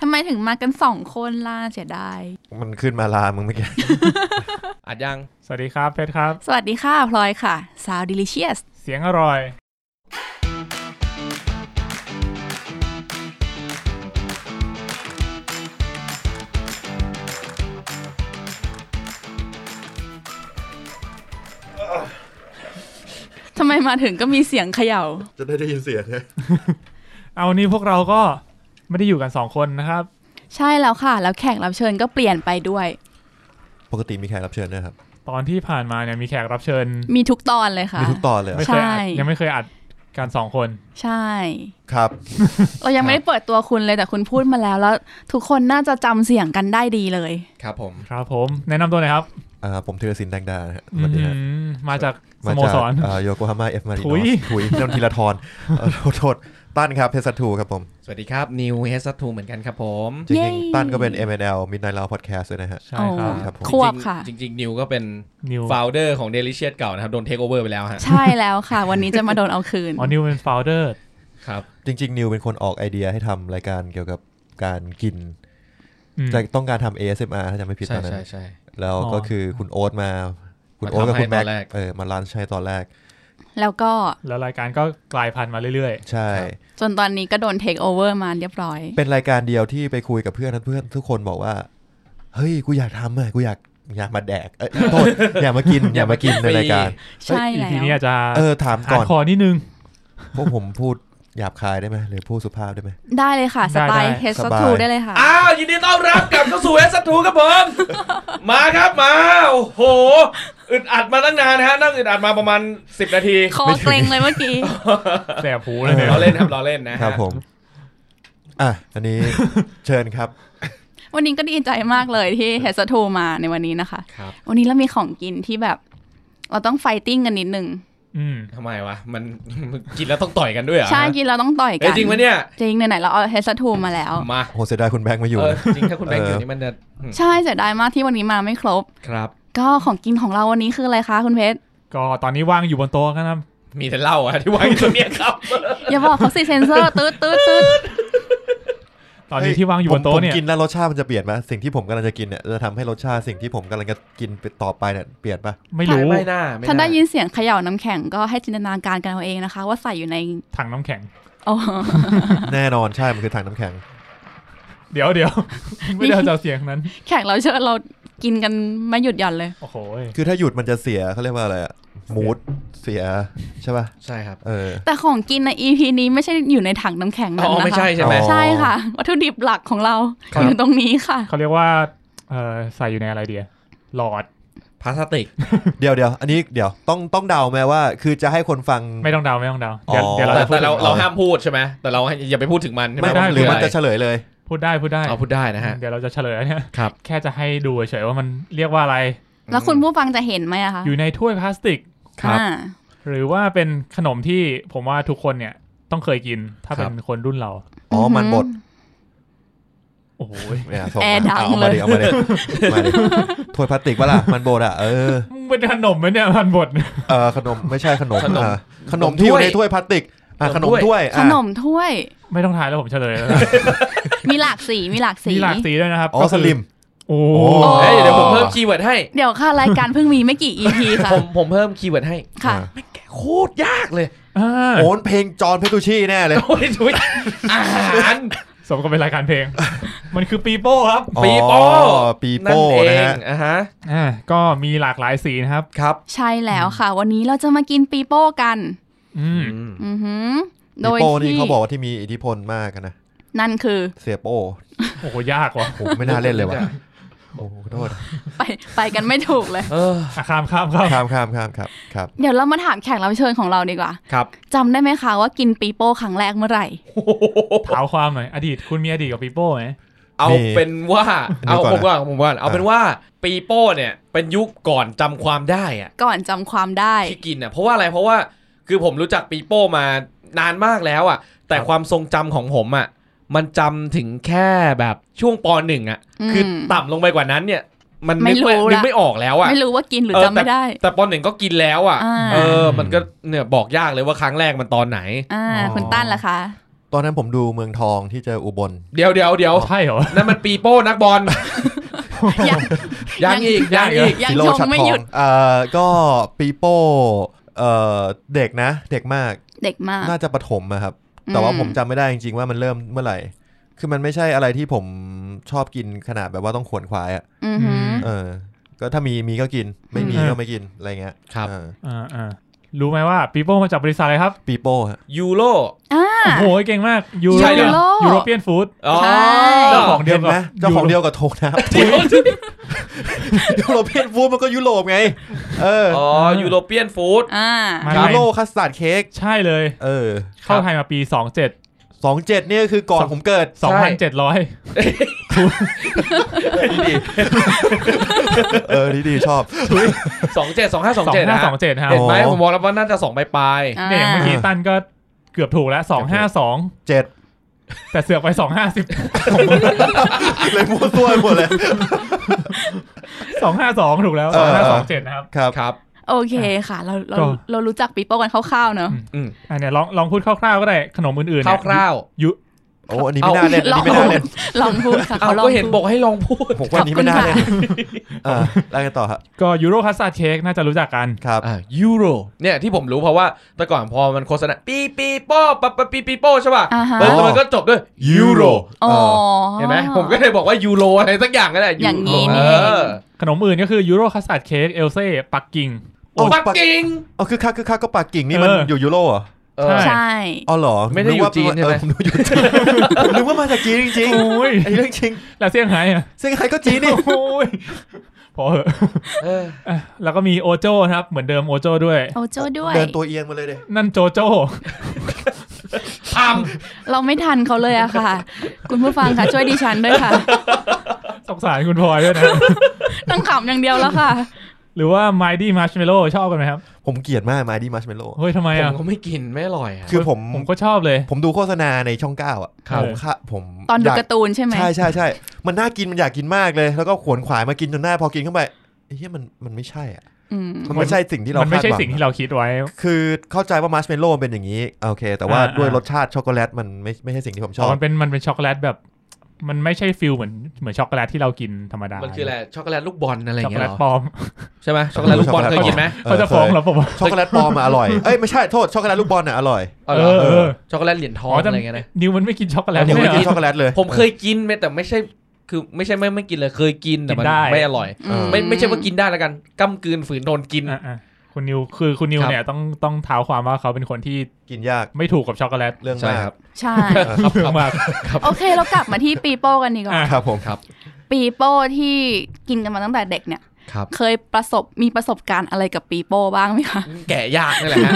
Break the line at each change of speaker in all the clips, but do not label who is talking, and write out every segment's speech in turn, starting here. ทำไมถึงมากันสองคนล่ะเสียดาย
มันขึ้นมาลามึงเมื่อกี้
อัดยัง
สวัสดีครับเพชรครับ
สวัสดีค่ะพลอยค่ะ สาวดิลิเชียส
เสียงอร่อย
ทำไมมาถึงก็มีเสียงเขย่า
จะได้ได้ยินเสียงไง
เอาวันนี้พวกเราก็ไม่ได้อยู่กันสองคนนะครับ
ใช่แล้วค่ะ แล้วแขกรับเชิญก็เปลี่ยนไปด้วย
ปกติมีแขกรับเชิญด้วยครับ
ตอนที่ผ่านมาเนี่ยมีแขกรับเชิญ
มีทุกตอนเลยค่ะ
มีทุกตอนเลยเหรอ
ไม่เคยอัด
ใช่
ยังไม่เคยอัดการสองคน
ใช่
ครับ
เรายังไม่ได้เปิดตัวคุณเลยแต่คุณพูดมาแล้ว แล้วทุกคนน่าจะจำเสียงกันได้ดีเลย
ครับผม
ครับผม แนะนำตัวหน่อยครับ
อ่า ผมธีรศินแดงดานะฮะสวัสดีฮะ
อืมมาจากส
มา
โม
จาก
สร
โยโกฮาม่าเอฟมาริน
ถุ
อย สถุยนนทีละทรเอ่อโทษตั้นครับเพชรทูครับผม
สวัสดีครับ นิวเฮสทูเหมือนกันครับผม
จริ
เย้
งๆตั้นก็เป็น MNL Midnight Lounge Podcast ด้วยนะฮะ
ใช่ครับ
โอ้
ครับผม
ควบค่ะ
จริงๆจริงๆ นิวก็เป็น
นิว
โฟลเดอร์ของเดลิเชียสเก่านะครับ โดนเทคโอเวอร์ไปแล้วฮะ
ใช่แล้วค่ะ วันนี้จะมาโดนเอาคืน
อ๋อนิวเป็นโฟลเดอร์
ครับ
จริง ๆ นิวเป็นคนออกไอเดียให้ทำรายการเกี่ยวกับการกิน แต่ต้องการทำ ASMR ถ้าจำไม่ผิด
ใช่
ตอนนั้น
ใช่ใช่
แล้วก็คือคุณโอ๊ตมา คุณโอ๊ตกับคุณแม็กเออมาลันช์ให้ตอนแรก
แล้วก็
แล้วรายการก็กลายพันธุ์มาเรื่อย
ใช่
ครับ
จนตอนนี้ก็โดนเทคโอเวอร์มาเรียบร้อย
เป็นรายการเดียวที่ไปคุยกับเพื่อนนะเพื่อนทุกคนบอกว่า เฮ้ย กูอยากทำอ่ะกูอยากอยากมาแดกเอ้ยโทษ อยากมากิน อยากมากินในรายการ
ใช่
ๆ
แล้ว
EP นี้อาจจะ
เออ ถามก่อน
คอนิดนึง
พวกผมพูดหยาบคายได้ไหมหรือพูดสุภาพ ได้ไหม
ได้เลยค่ะ สไตล์
ได้ได้
เฮส
สบาย
ทูได้เลยค่ะ
อ้าว ยินดีต้อนรับกลับเข้าสู่เฮสทูครับผม มาครับมา โอ้โห อึดอัดมาตั้งนานนะฮะ นั่งอึดอัดมาประมาณ 10 นาที
คอเกรงเลยเมื่อกี้
แสบหูเลยเนี่ย
เราเล่นครับเราเล่นนะฮะ
ครับผม อ่ะ อั นนี้ เชิญครับ
วันนี้ก็ดีใจมากเลยที่เฮสทูมาในวันนี้นะคะ
ครับ
วันนี้เรามีของกินที่แบบ เราต้องไฟติ้งกันนิดนึง
อืม
ทำไมวะ มัน กินแล้วต้องต่อยกันด้วยเหรอ
ใช่กินเราต้องต่อย
เอ้
กั
ย
น
จริงปะเนี่ย
จริงไหนๆเราเอาเฮสทูมาแล้ว
มา
โหเสียดายคุณแบงค์ไมาอยู่
เออ
นะ
จริงถ้าคุณแบงค์อยู่
เออ
นี่มันจะอืม
ใช่เสียดายมากที่วันนี้มาไม่ครบ
ครับ
ก็ของกินของเราวันนี้คืออะไรคะคุณเพชร
ก็ตอนนี้ว่างอยู่บนโต๊ะนะครับ
มีแต่เหล้าอะที่วางอยู่ตรงเนี้ยครับ
อย่าบอกเขาสิเซนเซอ ร์ตืดตืดตืด
ตอนนี้ที่ว่างอยู่บนโต๊ะเนี่ย
ผมกินแล้วรสชาติมันจะเปลี่ยนไหมสิ่งที่ผมกำลังจะกินเนี่ยจะทำให้รสชาติสิ่งที่ผมกำลังจะกินไปต่อไปเนี่ยเปลี่ยนป ะ
ไม่รู้
ไม่น่าม่
ถ้าได้ยินเสียงเขย่าน้ำแข็งก็ให้จินตนาการกันเอาเองนะคะ ว่าใส่อยู่ใน
ถังน้ำแข็ง
โอ้
แน่นอนใช่มันคือถังน้ำแข็ง
เดี๋ยวเดี๋ยว ไม่ได้เอาจากเสียงนั้น
แขกเราเชิญเรากินกันไม่หยุดหย่อนเลย
โอ้โห
คือถ้าหยุดมันจะเสียเขาเรียกว่าอะไรอะมูดเสียใช่ปะ
ใช่ครับ
เออ
แต่ของกินใน EP นี้ไม่ใช่อยู่ในถังน้ำแข็งนั้
อ๋
นนะ
อ
คะ
ไม่ใช่ใช่ไหม
อ๋อ
ใช่ค่ะ วัตถุดิบหลักของเรา
ครับ
อยู่ตรงนี้ค่ะ
เขาเรียกว่าเอ่อใส่อยู่ในอะไรเดียหลอด
พลาสติก
เดี๋ยวเดี๋ยวอันนี้เดี๋ยวต้องต้องเดาไหมว่า คือจะให้คนฟัง
ไม่ต้องเดาไม่ต้องเดา เดี๋ยว
อ๋อ
เดี๋ยวเรา
แต่
จะพู
แต่
ด
เรา
ถึง
เรา
เอา
ห้ามพูดใช่ไหมแต่เราให้อย่าไปพูดถึงมันใช่ไหม
ไม่ได้
ว่า
หรือมัน
คื
จะเฉลยเลย
พูดได้พูดได้
เอาพูดได้นะฮะ
เดี๋ยวเราจะเฉลยอันเนี่ย
ครับ
แค่จะให้ดูเฉยๆว่ามันเรียกว่าอะไร
แล้วคุณผู้ฟังจะเห็นไหมอะคะ
อยู่ในถ้วยพลาสติก
ครับ
อ่า
หรือว่าเป็นขนมที่ผมว่าทุกคนเนี่ยต้องเคยกิน ถ้า
ครั
เป็
บ
นคนรุ่นเรา
อ๋อมันบด
โอ้โห
เนี่ยส่ง
แอร์ดั
มาง เอา
เล
มาย ดิเอามาดิมาดิถ้วยพลาสติกปะล่ะมันโบดอ่ะเออ
มึงเป็นขนมไหมเนี่ยพันบทเนี่ย
เออขนมไม่ใช่ขนม
ขนม
อ่ะขนมที่อยู่ในถ้วยพลาสติกอ่ะข
ข
น
น
ม
มถ้
ถ้ว
วย ย
ข
อ่ะ
นมถ้วย
ไม่ต้องทายแล้วผมเฉลยแล้ว
มีหลากสีมีหลากสี
มีหลากสีด้วยนะครับ
อ๋อ
ก็คื
สลิม
โอ้
โอ้
เอ้ยเดี๋ยวผมเพิ่มคีย์เวิร์ดให้
เดี๋ยวค่ะรายการเพิ่งมีไม่กี่ EP ค่ะ
ผมผมเพิ่มคีย์เวิร์ดให้
ค่ะ
อ่ะ
แกโคตรยากเลย
อ่า
โอนเพลงจอห์นเพทูชี่แน่เลย
โอ้ยชุยอาหาร
สมกับเป็นรายการเพลง มันคือปีโป้ครับ
อ๋อ
ปีโป้
ปี
นั่
โป้
นเอ
นะ
ง
ฮะ
อ่ะฮะ
อ่าก็มีหลากหลายสีนะครับ
ครับ
ใช่แล้วค่ะ วันนี้เราจะมากินปีโป้กัน
อืม
อืม
อือหือโด
ปี
ย
โป้นี่
ที่
เขาบอกว่าที่มีอิทธิพลมากอะนะ
นั่นคือ
เสียโป้
โอ้โหยากว่ะ
โหไม่น่าเล่นเลยว่ะโอ้โหโทษ
ไปไปกันไม่ถูกเลย
เออ
อ่ะข้ามข้ามข้าม
ข้ามข้ามข้ามครับครับ
เดี๋ยวเรามาถามแขกรับเชิญของเราดีกว่า
ครับ
จำได้ไหมคะว่ากินปีโป้ครั้งแรกเมื่อไหร่
เท้าความหน่อย อดีตคุณมีอดีตกับปีโป้ไหม
เอาเป็นว่า
เดี๋
เอา
ยวก่อน
ผม
นะ
ว่าผมว่าเอาเป็นว่าปีโป้เนี่ยเป็นยุคก่อนจำความได้อะ
ก่อนจำความได้
ที่กินอ่ะเพราะว่าอะไรเพราะว่าคือผมรู้จักปีโป้มานานมากแล้วอ่ะ แต่ความทรงจำของผมอ่ะมันจำถึงแค่แบบช่วงปหนึ่งอ่ะ
อืม
คือต่ำลงไปกว่านั้นเนี่ย มัน
ไม่
นึก
รู้
ไม่นึก
ละ
ไม่ออกแล้วอ่ะ
ไม่รู้ว่ากินหรือ
เอ
จำไม่ได้
แต่แต่ปหนึ่งก็กินแล้วอ่ะ
อ่า
เออ
อืม
มันก็เนี่ยบอกยากเลยว่าครั้งแรกมันตอนไหน
อ่า
อ๋อ
คุณตั้นล่ะคะ
ตอนนั้นผมดูเมืองทองที่เจออุบล
เดี๋ยวเดี๋ยวเดี๋ยว
ใช่เหรอ
นั่นมันปีโป้นักบอล
ยัง
ยังอีกยังอีก
ยัง
ฟิโล
ชง
ชัด
ไม่
ทอ
หยุด
งเอ่อก็ปีโป้เอ่อเด็กนะ เด็กมาก
เด็กมาก
น่าจะปฐมอะครับ แต่ว่า
อื
ผมจำไม่ได้จริงๆว่ามันเริ่มเมื่อไหร่ คือมันไม่ใช่อะไรที่ผมชอบกินขนาดแบบว่าต้องขวนขวายอะ
อือหือ
เออ ก็ถ้ามีมีก็กิน ไม่มี
อืม
ก็ไม่กินอะไรเงี้ย
ครับ
เออ
อ่าอ่ารู้ไหมว่าปีโป้มาจากบริษัทอะไรครับ
ปีโป้ฮะ
ยูโร
โอ้โหเก่งมากยูโร
ใช่เหรอ
ยูโรเปียนฟู้ด
อ๋อ
ใช่
เจ้าของเดียว
เห็น
กับ
ไหมเจ้าของเดียวกับโทนะ
เดี๋ยวสิ
ยุโรเปียนฟู้ดมันก็ยุโรปไง เออ
อ๋อยูโรเปียนฟู้ด
อ่า
มา
ยู
ไทย
โรคัสตาร์ดเค้ก
ใช่เลย
เออ
เข้าไทยมาปี 27
สองเจ็ดเนี่ยคือก่อน
สอง
ผมเกิด
ใช่
2,700
เออดีดีชอบ
สองเจ็ดสองห้าสองเจ็ดนะฮะ
2527ฮะ
เห็นไหม
โอ้
ผมบอกแล้วว่าน่าจะสองปลาย
อ่า
เนี่ยอย่างเมื่อกี้ตั้นก็เกือบถูกแล้ว 252
เจ็ด
แต่เสือกไป 250
เลยมั่วตัวไปหมดเลย
252 ถูกแล้ว
เออ
2527 นะครับ
ครับ
ๆครับ
โอเคค่ะ เราเรา
ก็
เรารู้จักปีโป้กันคร่าวๆเนอะ
อืม
อ่ะเนี่ยลองลองพูดคร่าวๆก็ได้ขนมอื่นๆ
ค
เนี่ย
ร่าว
ยุ
โอ้อันนี้ไม่น่าเล่น
ล
อั
อน ง
นี้ไม่น่าเล่น
ลองพูดค่ะ
ๆเอา
เขาลอง
ก็เห็นบ
พู
อ
ด
กให้ลองพูด
ผมว่าอันนี้ไม่น่าเล่น
ขอบคุณ
เออแล้วกันต่อครับ
ก็ยูโรคัสตาร์ดเค้กน่าจะรู้จักกัน
ครับ
อ่ายูโรเนี่ยที่ผมรู้เพราะว่าแต่ก่อนพอมันโฆษณาปีปีโป้ปะปะปีปีโป้ใช่ป่ะ
อ่าฮะ
แล้วมันก็จบด้วยยูโร
อ๋อ
เห็นไหมผมก็เลยบอกว่ายูโรอะไรสักอย่างก็ได้ยูโร
อย่างนี้นี่
เอ
เอง
อ
ขนมอื่นก็คือยูโรคัสตาร์ดเค้กเอลเซ่ปักกิ่ง
โอ้ย
ปักกิ่ง
เอาคือคักคือคักก็ปากกิ่งนี่มัน
เออ
อ
อ
ยู่ยุโรปเหรอ
เออ
ใช่
ใช่
อ๋อเหรอ
ไม่ได้อยู่
กว่า
จีนใช่ไหม
เออผมอยู่จีนผมนึกว่า มาจากจีนจริง
โอ้ย
ๆไอ้เรื่องจริง
แล้วเซี่ยงไฮ้อ่ะ
เซี่ยงไฮ้ก็จีนนี่
โอ้ยพอเหอะ
เออ
อ่ะแล้วก็มีโอโจ้นะครับ เหมือนเดิมโอโจ้ด้วย
โอโจ้ด้วย
เดินตัวเอียงมาเลยเด้
นั่นโจโจ้
ทำ
เราไม่ทันเขาเลยอะ ค่ะ คุณผู้ฟังค่ะช่วยดิฉันด้วยค่ะ
สงสารคุณพลอยด้วยนะ
ต้องขำอย่างเดียวแล้วค่ะ
หรือว่า Mighty Marshmallow ชอบกันไหมครับ
ผมเกลียดมากมาดีมัชเมลโล่
เฮ้ยทำไม
ผ
อ่ะ
มก็ไม่กินไม่อร่อยอ่ะ
คือผม
ผมก็ชอบเลย
ผมดูโฆษณาในช่องเก้าอ่ะ
ครับ
ผมค่ะผม
ตอนดู
ยาก
การ์ตูนใช่ไหม
ใช่ใช่ใช่ มันน่ากินมันอยากกินมากเลย แล้วก็ขวนขวายมากินจนหน้าพอกินเข้าไปไอ้เฮ้ยมันมันไม่ใช่อ่ะ
อืม
มันไม่ใช่สิ่งที่เรา
มันไม่ใช่
คดหวั
สิ่งที่เราคิดไว้
คือเข้าใจว่ามาร์ชเมลโล่เป็นอย่างนี้โอเค แต่ว่า
อ่า
ด้วยรสชาติช็อกโกแลตมันไม่ไม่ใช่สิ่งที่ผมชอบ
มันเป็นมันเป็นช็อกโกแลตแบบ มันไม่ใช่ฟิลเหมือนเหมือนช็อกโกแลตที่เรากินธรรมดา
มั
มัน
คืออะไรช็อกโกแลตลูกบอลอะไรอ
ช็อก
ย่าง
โก
เงี้ย
แล
เห
ต
รอ
ปลอม
ใช่ไหมช็อกโกแลตลูกบอล
ช็อกโก
เค
แลต
ยกินไหม
เขาจะฟ้องเราผมว่า
ช็อกโกแลตปลอมอะอร่อย เอ้ยไม่ใช่โทษช็อกโกแลตลูกบอลอ่ะอร่อย
อ๋อ
เอ
เหรอ
อเออ
ช็อกโกแลตเหรียญท
อ๋
อ
อง แต่
อะไรเงี้ยนะ
นิวมันไม่กินช็อกโกแลต
ยัง
ไม่
ไม่
เหร
กิน
อ
ช็อกโกแลตเลย
ผมเคยกินไหมแต่ไม่ใช่คือไม่ใช่ไม่ไม่กินเลยเคยกินแต่มัน
กินได้
ไม่อร่อย
เออ
ไม่ไม่ใช่ว่ากินได้แล้วกันก้ำกลืนฝืนทนกิน
อ่ะอ่ะคุณนิวคือคุณนิว
ครับ
เนี่ยต้องต้องเท้าความว่าเขาเป็นคนที่
กินยาก
ไม่ถูกกับช็อกโกแลต
เรื่อง
ใช่
มาก
ครับ
ใช่
ครับ
เรื่อง
ครับ
มาก
โอเคเรากลับมาที่ปีโป้กันดีกว่า
อ่ะ
ครับผม
ครับ
ปีโป้ที่กินกันมาตั้งแต่เด็กเนี่ย
ครับ
เคยประสบมีประสบการณ์อะไรกับปีโป้บ้างไหมคะ
แก่ยากนี่แหละฮะ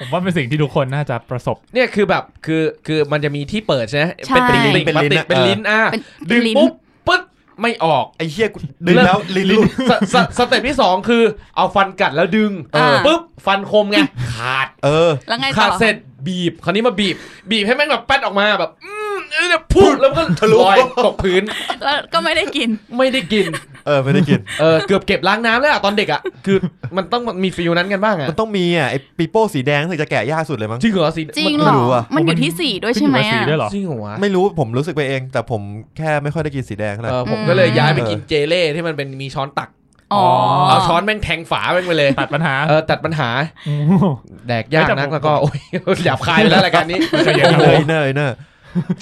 ผมว่าเป็นสิ่งที่ทุกคนน่าจะประสบ
เนี่ยคือแบบคือคือมันจะมีที่เปิดใช่ไหม
ใช่
เป็นลิ้นเป็นลิ้นเป็นลิ้นอ่ะ
เป็น
ดึง
ลิ้น
ปุ๊บปึ๊ดไม่ออก
ไอ้เหี้ยกูดึงแล้วลิ้นหลุด
สสสเต็ปที่สองคือเอาฟันกัดแล้วดึง
อ่า
ปุ๊บฟันคมไงขาด
เออ
แล้วไงต่อ
ขาดเสร็จบีบคราวนี้มาบีบ บีบให้แม่งแบบแป๊ดออกมาแบบอืมเออเนี่ยพูดแล้วมันก็
ทะลุ
ลอยตกพื้น
แล้วก็ไม่ได้กิน
ไม่ได้กิน
เออไม่ได้กิน
เออเกือบเก็บล้างน้ำแล้วอะตอนเด็กอ่ะคือมันต้องมีฟิลนั้นกันบ้างอ่ะ
มันต้องมีอ่ะไอ้ปีโป้สีแดงรู้สึกจะแกะยากสุดเลยมั้ง
จริงเหรอสี
จริง
มัน
เหร
ไม่รู้
อ
อะ
มันอยู่
โอ้มัน
ที่สีด้วยใช่ไหม
ขึ้นอยู่
อะ
กับสีด้วยเหรอ
จริงเหรอวะ
ไม่รู้ผมรู้สึกไปเอง แต่ผมแค่ไม่ค่อยได้กินสีแดงเท่าไหร่
เออผมก็เลยย้ายไปกินเจเล่ที่มันเป็นมีช้อนตัก
อ๋อ
เอาช้อนแม่งแทงฝาแม่งไปเลย
ตัดปัญหา
เออตัดปัญหา
โอ้โห
แดกยาก
เฮ้ยแต่ผม
นักแล้วก็โอ้ยหยาบคายไปแล้วรายการนี้
ใจเย็นครับ
เน
ผม
ยเนยเนย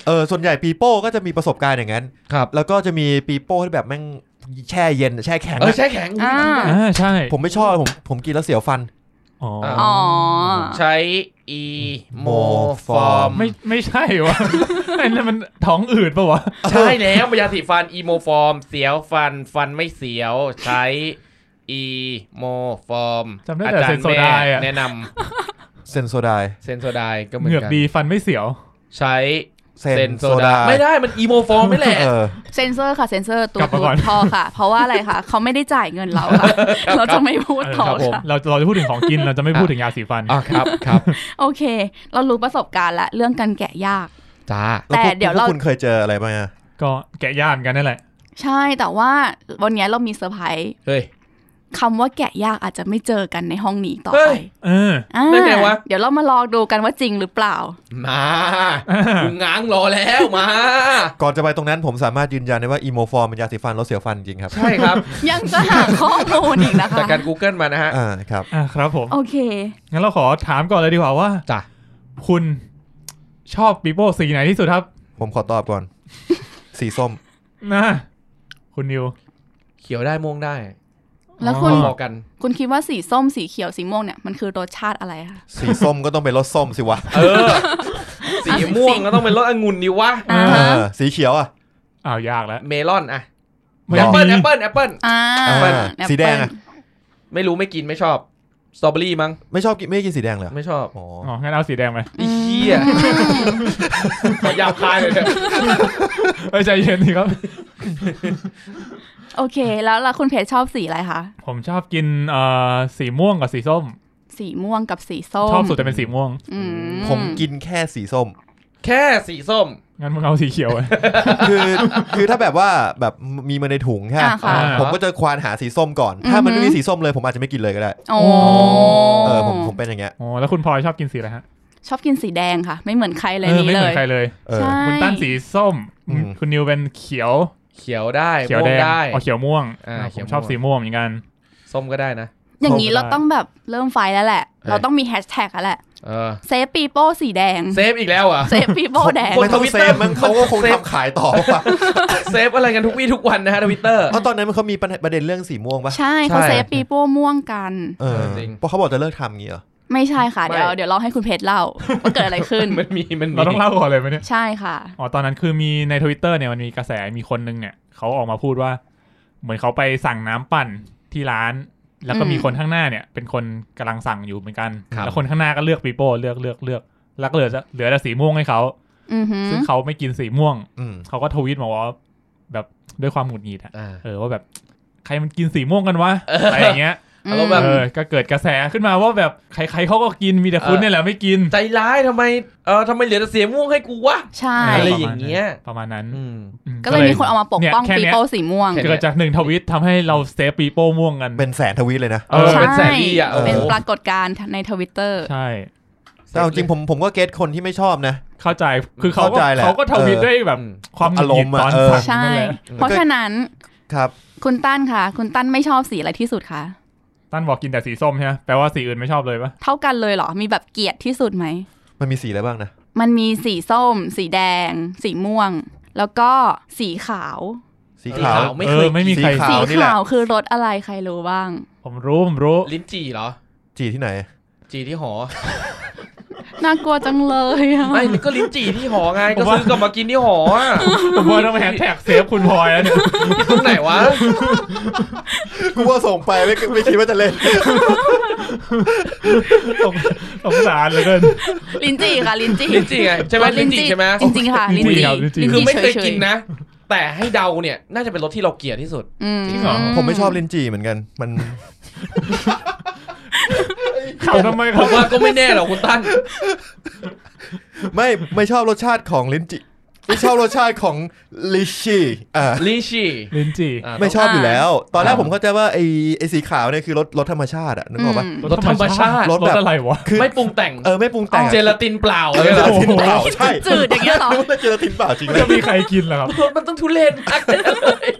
เออส่วนใหญ่ปีโป้ก็จะมีประสบการณ์อย่างนั้น
ครับ
แล้วก็จะมีปีโป้ที่แบบแม่งแช่เย็นแช่แข็ง
เออ
อะ
ใช่แข็ง
อ่า
อ่าใช่
ผมไม่ชอบผมผมกินแล้วเสียวฟัน
อ๋อ
อ๋อ
ใช้อีโมฟอร์ม
ไม่ไม่ใช่วะ ไอ้นั่นมันท้องอืดปะวะ
ใช่แล้วยาสีฟันอีโมฟอร์มเสียวฟันฟันไม่เสียว ใช้อีโมฟอร์ม
จำได้
อา
แต่
จาร
เซน
ย์
โซ
แม่
ไดอะ
แนะน
เซนโซไดน์
ำเซนโซไดก็เหมือ
เห
น
งือก
กัน
ดีฟันไม่เสียว
ใช้
เซ
เซ
น
นโซ
โซได
ไดา
น์
ไม่ได้มันอีโมฟอร์มไม่แหละ
เออ
เซนเซอร์ค่ะเซนเซอร์ตัว
กลับมาก่อน
พอค่ะ เพราะว่าอะไรคะเขาไม่ได้จ่ายเงินเราค่ะ เราจะไม่พูดต่อ
เออ
ค่ะ
เราเราจะพูดถึงของกิน เราจะไม่พูดถึงยาสีฟัน
อ่ะครับครับ
โอเค เรารู้ประสบการณ์ละเรื่องการแกะยาก
จ้า
แต่
ล้วพก
เดี๋ยวเรา
พกคุณเคยเจออะไรบ้างอะ
ก็แกะย่านกันนั่นแหละ
ใช่แต่ว่าวันเนี้ยเรามีเซอร์ไพรส์
เฮ้ย
คำว่าแกะยากอาจจะไม่เจอกันในห้องนี้ต่อ
เฮ้
ไป
ย
เออ
อ่า
ได้ไงวะ
เดี๋ยวเรามาลองดูกันว่าจริงหรือเป ล่า
มากูง้างรอแล้วมา
ก่อนจะไปตรงนั้นผมสามารถยืนยันได้ว่าอีโมฟอร์มเป็นยาสีฟันลดเสียวฟันจริงครับ
ใช่ครับ
ยังจะหาข้อมูลอีกนะ
จาก
คะ
การ Google มานะฮะ
อ่าครับ
อ่ะครับผม
โอเค
งั้นเราขอถามก่อนเลยดีกว่าว่า
จ้ะ
คุณชอบปีโป้สีไหนที่สุดครับ
ผมขอตอบก่อน สีส้ม
นะคุณนิว
เขียวได้ม่วงได้
แล้วคุณ
อ๋
พอๆกัน
คุณคิดว่าสีส้มสีเขียวสีม่วงเนี่ยมันคือรสชาติอะไรคะ
สีส้มก็ต้องเป็นรสส้มสิวะ
เออ สีม่วงก็ต้องเป็นรสองุ่นดิวะ
อ่าฮะ
เออสีเขียวอ่ะ
อ้าวยากแล้ว
เมลอนอะ
ไม่
แอปเปิล
มี
แอปเปิลแอปเปิล
อ่า
อ่า
แอปเปิ้ล
สีแดงอะ
ไม่รู้ไม่กินไม่ชอบ สตรอเบอรี่มั้ง
ไม่ชอบกินไม่กินสีแดงเลย
ไม่ชอบ
อ๋อ
อ๋องั้นเอาสีแดงไป
ไอ้เหี้ ยขอยาวคายเลยเถอะ
เอ้ยใจเย็นดีครับ
โอเค แล้วล่ะคุณเพชรชอบสีอะไรคะ
ผมชอบกินเอ่อสีม่วงกับสีส้ม
สีม่วงกับสีส้ม
ชอบสุดจะเป็นสีม่วง
อืม
ผมกินแค่สีส้ม
แค่สีส้ม
งั้นมึงเอาสีเขียว ไป
คือคือถ้าแบบว่าแบบมีมาในถุงแค่
อ่าค่ะ
อ่า
ผมก็จะควานหาสีส้มก่อน
อือฮึ
ถ้ามันไม่มีสีส้มเลย ผมอาจจะไม่กินเลยก็ได้
โอ้
เออผมผมเป็นอย่างเงี้ย
โอ้แล้วคุณพลอยชอบกินสีอะไรฮะ
ชอบกินสีแดงค่ะ ไม่เหมือนใครเลย
ออ
นี้
ไม่เห
เล
มือย นใครเลย
เออ
ใช่
คุณตั้นสีส้ม
อืม
คุณนิวเป็นเขียว
เขียวได้
เขียว
ม่ว
แด
ง
ง
ได้
อ๋อเขียวม่วง
อ่า
อ่ะ
เขี
ผ
ยว
มชอ
ม่ว
บ
ง
สีม่วงเหมือนกัน
ส้มก็ได้นะ
อย่างนี้เรา
ได้
ต้องแบบเริ่มไฟล์แล้วแหละ เราต้องมีแฮชแท็กแล้วแหละ
เออ
เซฟปีโป้สีแดง
เซฟอีกแล้วอ่ะ
เซฟปี โป้แดง
ค
ไม่ต้องเซฟมันเขาก็คงทำขายต่อว่ะ
เซฟอะไรกันทุกวี่ทุกวันนะฮะทวิตเตอร์
เพราะตอนนั้นมันเขามีประเด็นประเด็นเรื่องสีม่วงปะ
ใช่เขาเซฟปีโป้ม่วงกัน
เออ
จริง
เพราะเขาบอกจะเลิกทำอย่างงี้เหรอ
ไม่ใช่ค่ะ
ไม่
เดี๋ยวเดี๋ยวลองให้คุณเพชรเล่าว่าเกิดอะไรขึ้น
มันมีมันมี
เราต้องเล่าก่อนเลยไหมเนี่ย
ใช่ค่ะ
อ๋อตอนนั้นคือมีในทวิตเตอร์เนี่ยมันมีกระแสมีคนนึงเนี่ยเขาออกมาพูดว่า เหมือนเขาไปสั่งน้ำปั่นที่ร้าน แล้วก็มี
อืม
คนข้างหน้าเนี่ย เป็นคนกำลังสั่งอยู่เหมือนกัน
ครับ
แล้วคนข้างหน้าก็เลือกปีโป้เลือกเลือกเลือกแล้วก็เหลือเหลือแต่สีม่วงให้เขา
อือหือ
ซึ่งเขาไม่กินสีม่วง
อืม
เขาก็ทวีตมาว่าแบบด้วยความหงุดหงิดอะ
อ่า
เออว่าแบบใครมันกินสีม่วงกันวะอะไรอย่างเงี้ย
อื
อารมณ์แบบ
เออก็เกิดกระแสขึ้นมาว่าแบบใครๆเขาก็กินมีแต่คุณเนี่ยแหละไม่กิน
ใจร้ายทำไม เออทำไมเหลือแต่เสียม่วงให้กูวะ
ใช่
อะไรอย่างเงี้ย
ประมาณนั้น
อืม
อืม
ก็เลยมีคนเอามาปกป้อง
เนี่ยแค่
ปี
เนี้ย
โป้สีม่วง
เห็น
เกิดจากหนึ่งทวิตทำให้เราเซฟปีโป้ม่วงกัน
เป็นแสนทวีตเลยนะ
เออ
ใช่
เป็นแสนดีอ่ะโอ้โห
เป็นปรากฏการณ์ในทวิตเตอร์
ใช่
แต่เอาจริงผมผมก็เก็ตคนที่ไม่ชอบนะ
เข้าใจคือเขาก็
เข้าใจแหละ
เขาก็ทวิต
เออ
ด้วยแบบ
อืม
ความหงุดหงิดตอน
อารมณ์อะ
สั่ง
ใช่
นั่นแหละ
เพราะฉะนั้น
ครับ
คุณตั้นค่ะ คุณตั้นไม่ชอบสีอะไรที่สุดคะ
ตั้นบอกกินแต่สีส้มใช่ไหมแปลว่าสีอื่นไม่ชอบเลยปะ
เท่ากันเลยเหรอ มีแบบเกลียดที่สุดไหม
มันมีสีอะไรบ้างนะ
มันมีสีส้ม สีแดง สีม่วง แล้วก็สีขาว
สี
สี
ขาว
ขาวไม่
เอ
เค
อย ไม่มี
สี
ใคร
ข
สี
วนี่แหละ
ขาวคือรสอะไรใครรู้บ้าง
ผมรู้ผมรู้
ลิ้นจี่เหรอ
จีที่ไหน
จีที่หอ
น่ากลัวจังเลยอะ
ไม่ก็ลิ้นจี่ที่หอไง
ผ
ก็
มว่า
ซื้อกลับมากินที่หออะ
ผมว่าต้องแฮชแท็กเซฟคุณพลอยแล้วเนี่ย
ตรงไหนวะ
กูว่าส่งไปไม่ไม่คิดว่าจะเล่น
สงสงสารเหลยเกิน
ลินจี่ค่ะลินจี่
ลิ้นจี่ไงใช่ไหม
รส
ลิ้นจี่ใช่ไหม
จริงๆค่ะลินจี่
ครับลิ้นจี่
คือไม่เคย
ลิ้จี่ฉๆ
กินนะ แต่ให้เดาเนี่ยน่าจะเป็นรสที่เราเกลียดที่สุด
อืม
จริงเหรอ
ผมไม่ชอบลินจีเหมือนกัน มัน
เขาทำไม
ผ
เขา
มว่าก็ไม่แน่หรอกคุณตั้น
ไม่ไม่ชอบรสชาติของลิ้นจีไม่ชอบรสชาติของลิชีอ่า
ลิชี่
ลินจี
อ่ะ
ไม่ชอบอยู่แล้ว ตอนแร
ครั
ก
บ
ผมเข้าใจว่าไอ้ไอ้สีขาวเนี่ยคือรสรสธรรมชาติอะนึกออกปะ
อืม
รสธรรมชาติ
ร
ร
ส
ส
แบบ
อะไรวะ
คือ
ไม่ปรุงแต่ง
เออไม่ปรุงแต่งอะ
เจลาตินเปล่า
เออ
เลย
เจ
เหรอ
ลาตินเปล่าใช่
จืดอย่างเงี้ยเหรอ
นึกว่าเจลาตินเปล่าจริงเลย
จะมีใครกินเหรอครับ
รสมันต้องทุเรศมากเลย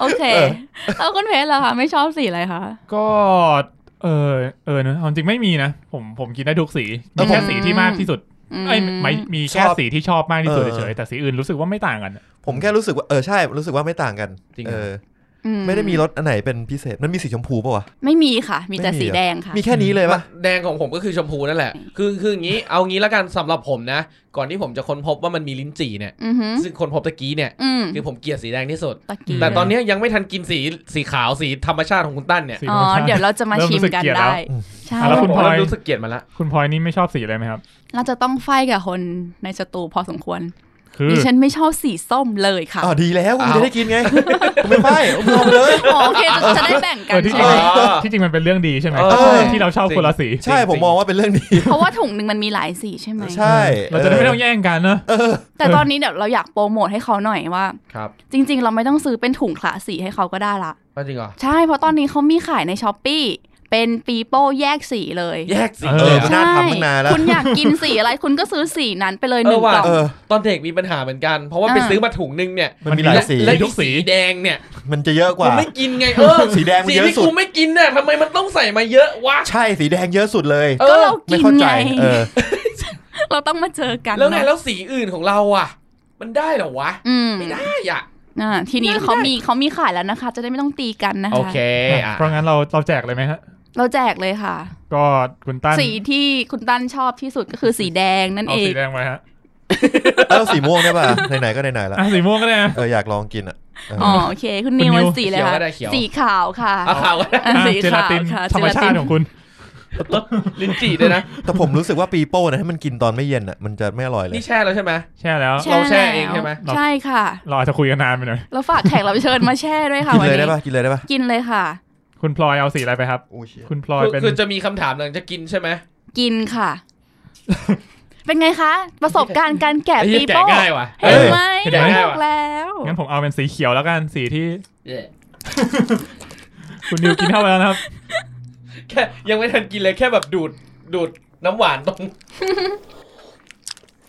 โอเค
เออ
แล้วคุณเพชรล่ะคะไม่ชอบสีอะไรคะ
ก็เออเออเนอะเอาจริงไม่มีนะ ผมผมกินได้ทุกสี
เออ
มี
ผม
แค่สีที่มากที่สุด
อืม
ไอ้ยไม่มีแค่
ชอบ
สีที่ชอบมากที่สุด
เออ
เฉยๆแต่สีอื่นรู้สึกว่าไม่ต่างกัน
ผมแค่รู้สึกว่าเออใช่รู้สึกว่าไม่ต่างกันเออ
อื
ไม่ได้มีรสอันไหนเป็นพิเศษมันมีสีชมพูป่าวะ
ไม่มีค่ะ มีแต่
ไม่มี
สี
เหรอ
แดงค่ะ
มีแค่นี้เลยปะ
แดงของผมก็คือชมพูนั่นแหละ คือคืออย่างนี้ เอางี้แล้วกันสำหรับผมนะ ก่อนที่ผมจะค้นพบว่ามันมีลิ้นจี่เนี่ย
อือหือ
ซึ่งคนพบตะกี้เนี่ย
อืม
คือผมเกลียดสีแดงที่สุด
ตะกี้
ม
แต่ตอนเนี้ยยังไม่ทันกินสีสีขาวสีธรรมชาติของคุณตั้นเนี่ย
สี
อ๋อ
ธรรมชาติ
เดี๋ยวเราจะมาชิมกันได้ใช่
เริ่มรู้สึกเกลียดแล้ว
อ่ะ แล้วคุณพลอย
ผมเริ่มรู้สึกเกลียดมาละ
คุณพลอยนี่ไม่ชอบสีอะไรไหมครับ
เราจะต้องไฟกับคนในสตูพอสมควร
คือ
ดิฉันไม่ชอบสีส้มเลยค่ะ
อ๋อดีแล้วกู
อ้าว
จะได้กินไงกูไม่ไปกูยอมเลย
อ๋อโอเคจะจะได้แบ่งกั
เอนอที่
ใช่
จริง
ไหม
เออ
ที่จริงมันเป็นเรื่องดีใช่ไหม
เออ
ใช่
ที่เราชอบคนละสี
ใช่
จริง
ผมมองว่าเป็นเรื่องดี
เพราะว่าถุงหนึ่งมันมีหลายสีใช่ไหม
ใช่
เราจะได้ไม่ต้องแย่งกันเนอะ
แต่ตอนนี้เดี๋ยวเราอยากโปรโมทให้เขาหน่อยว่า
ครับ
จริง ๆ เราไม่ต้องซื้อเป็นถุงขละสีให้เขาก็ได้ละ
ว่าจริงเหรอ
ใช่เพราะตอนนี้เขามีขายในช้อปปีเป็นปีโป้แยกสีเลย
แยกสี
เออ
เอ
เลย
อ
อะ
มันน่าทำตั้งนานแล้ว
คุณอยากกินสีอะไรคุณก็ซื้อสีนั้นไปเลยหนึ่ง
เออว่ะ
กล่อง
เออ
ตอนเด็กมีปัญหาเหมือนกัน เพราะว่าไป
อ่า
ซื้อมาถุงนึงเนี่ย
มันมีหลายสี
และ
มีทุ
และ
กสี
แดงเนี่ย
มันจะเยอะก
กู
ว่า
ไม่กินไงเออ
สีแดงมัน
สี
เยอะ
ที่
สุด
กูไม่กินน่ะทำไมมันต้องใส่มาเยอะวะ
ใช่สีแดงเยอะสุดเลย
เอ
ก็
อ
เรากิน
ไม่เข้าใจ
ไง
เออ
เราต้องมาเจอกัน
แล้วไง
นะ
แล้วสีอื่นของเราอ่ะ มันได้เหรอวะ
อืม
ไม่ได้อ่ะ
อ่าทีนี้เขามีเขามีขายแล้วนะคะ จะได้ไม่ต้องตีกันนะคะ
โอเคอ่ะ
เพราะงั้นเราเราแจกเลยไหมฮะ
เราแจกเลยค่ะ
ก็คุณตั้น
สีที่คุณตั้นชอบที่สุดก็คือสีแดงนั่น
เอา
เอ
สี
ง
แดงไว้ฮะ
เออสีม่วงได้ป่ะไหนๆก็ไหนๆละ
อ่ะสีม่วงก็ได้นะ
เอออยากลองกินอ่ะเอออ
อ๋อโอเค คุณนิว
คุณนิว
มันสีเลย
เขียว
ค่ะ
ก็ได้เขียว
สีขาวค่ะ
เอาข่าวก็ ได้
อ่ะ
อ่ะ
สี
เจลาติน
ขาวค่ะ
ธรรมชา
เจลาติ
ติ
น
ของคุณ
ลิ้นจี่ด้วยนะ
แต่ผมรู้สึกว่าปีโป้นะให้มันกินตอนไม่เย็นอ่ะมันจะไม่อร่อยเลย
นี่แช่แล้วใช่ไหม
แช่แล้ว
เราแช่เองใช่ไหม
แล้วใช่ค่ะ
เราอาจจะคุยกันนานไปหน่อย
แล้วฝากแขกรับเชิญมาแช่ด้วยค่ะ
กิน
วัน
เลย
นี้
ได้ป่ะกินเลยได้ป่ะ
กินเลยค่ะ
คุณพลอยเอาสีอะไรไปครับ
โอ้ยเชี่ย
คุณพลอย
คือ
เป็น
คือจะมีคำถามหลังจะกินใช่ไหม
กินค่ะ เป็นไงคะ ประสบการณ์การแกะ
ไอ้
ปี
เหี้ยแกะ
โป้
ง่ายว่ะ
เห็นไหม
เห็นไหม
บอกแล้ว
งั้นผมเอาเป็นสีเขียวแล้วกันสีที่
เย่
คุณนิวกินเข้าไปแล้วนะครับ
แค่ยังไม่ทันกินเลยแค่แบบดูดดูดน้ำหวานตรง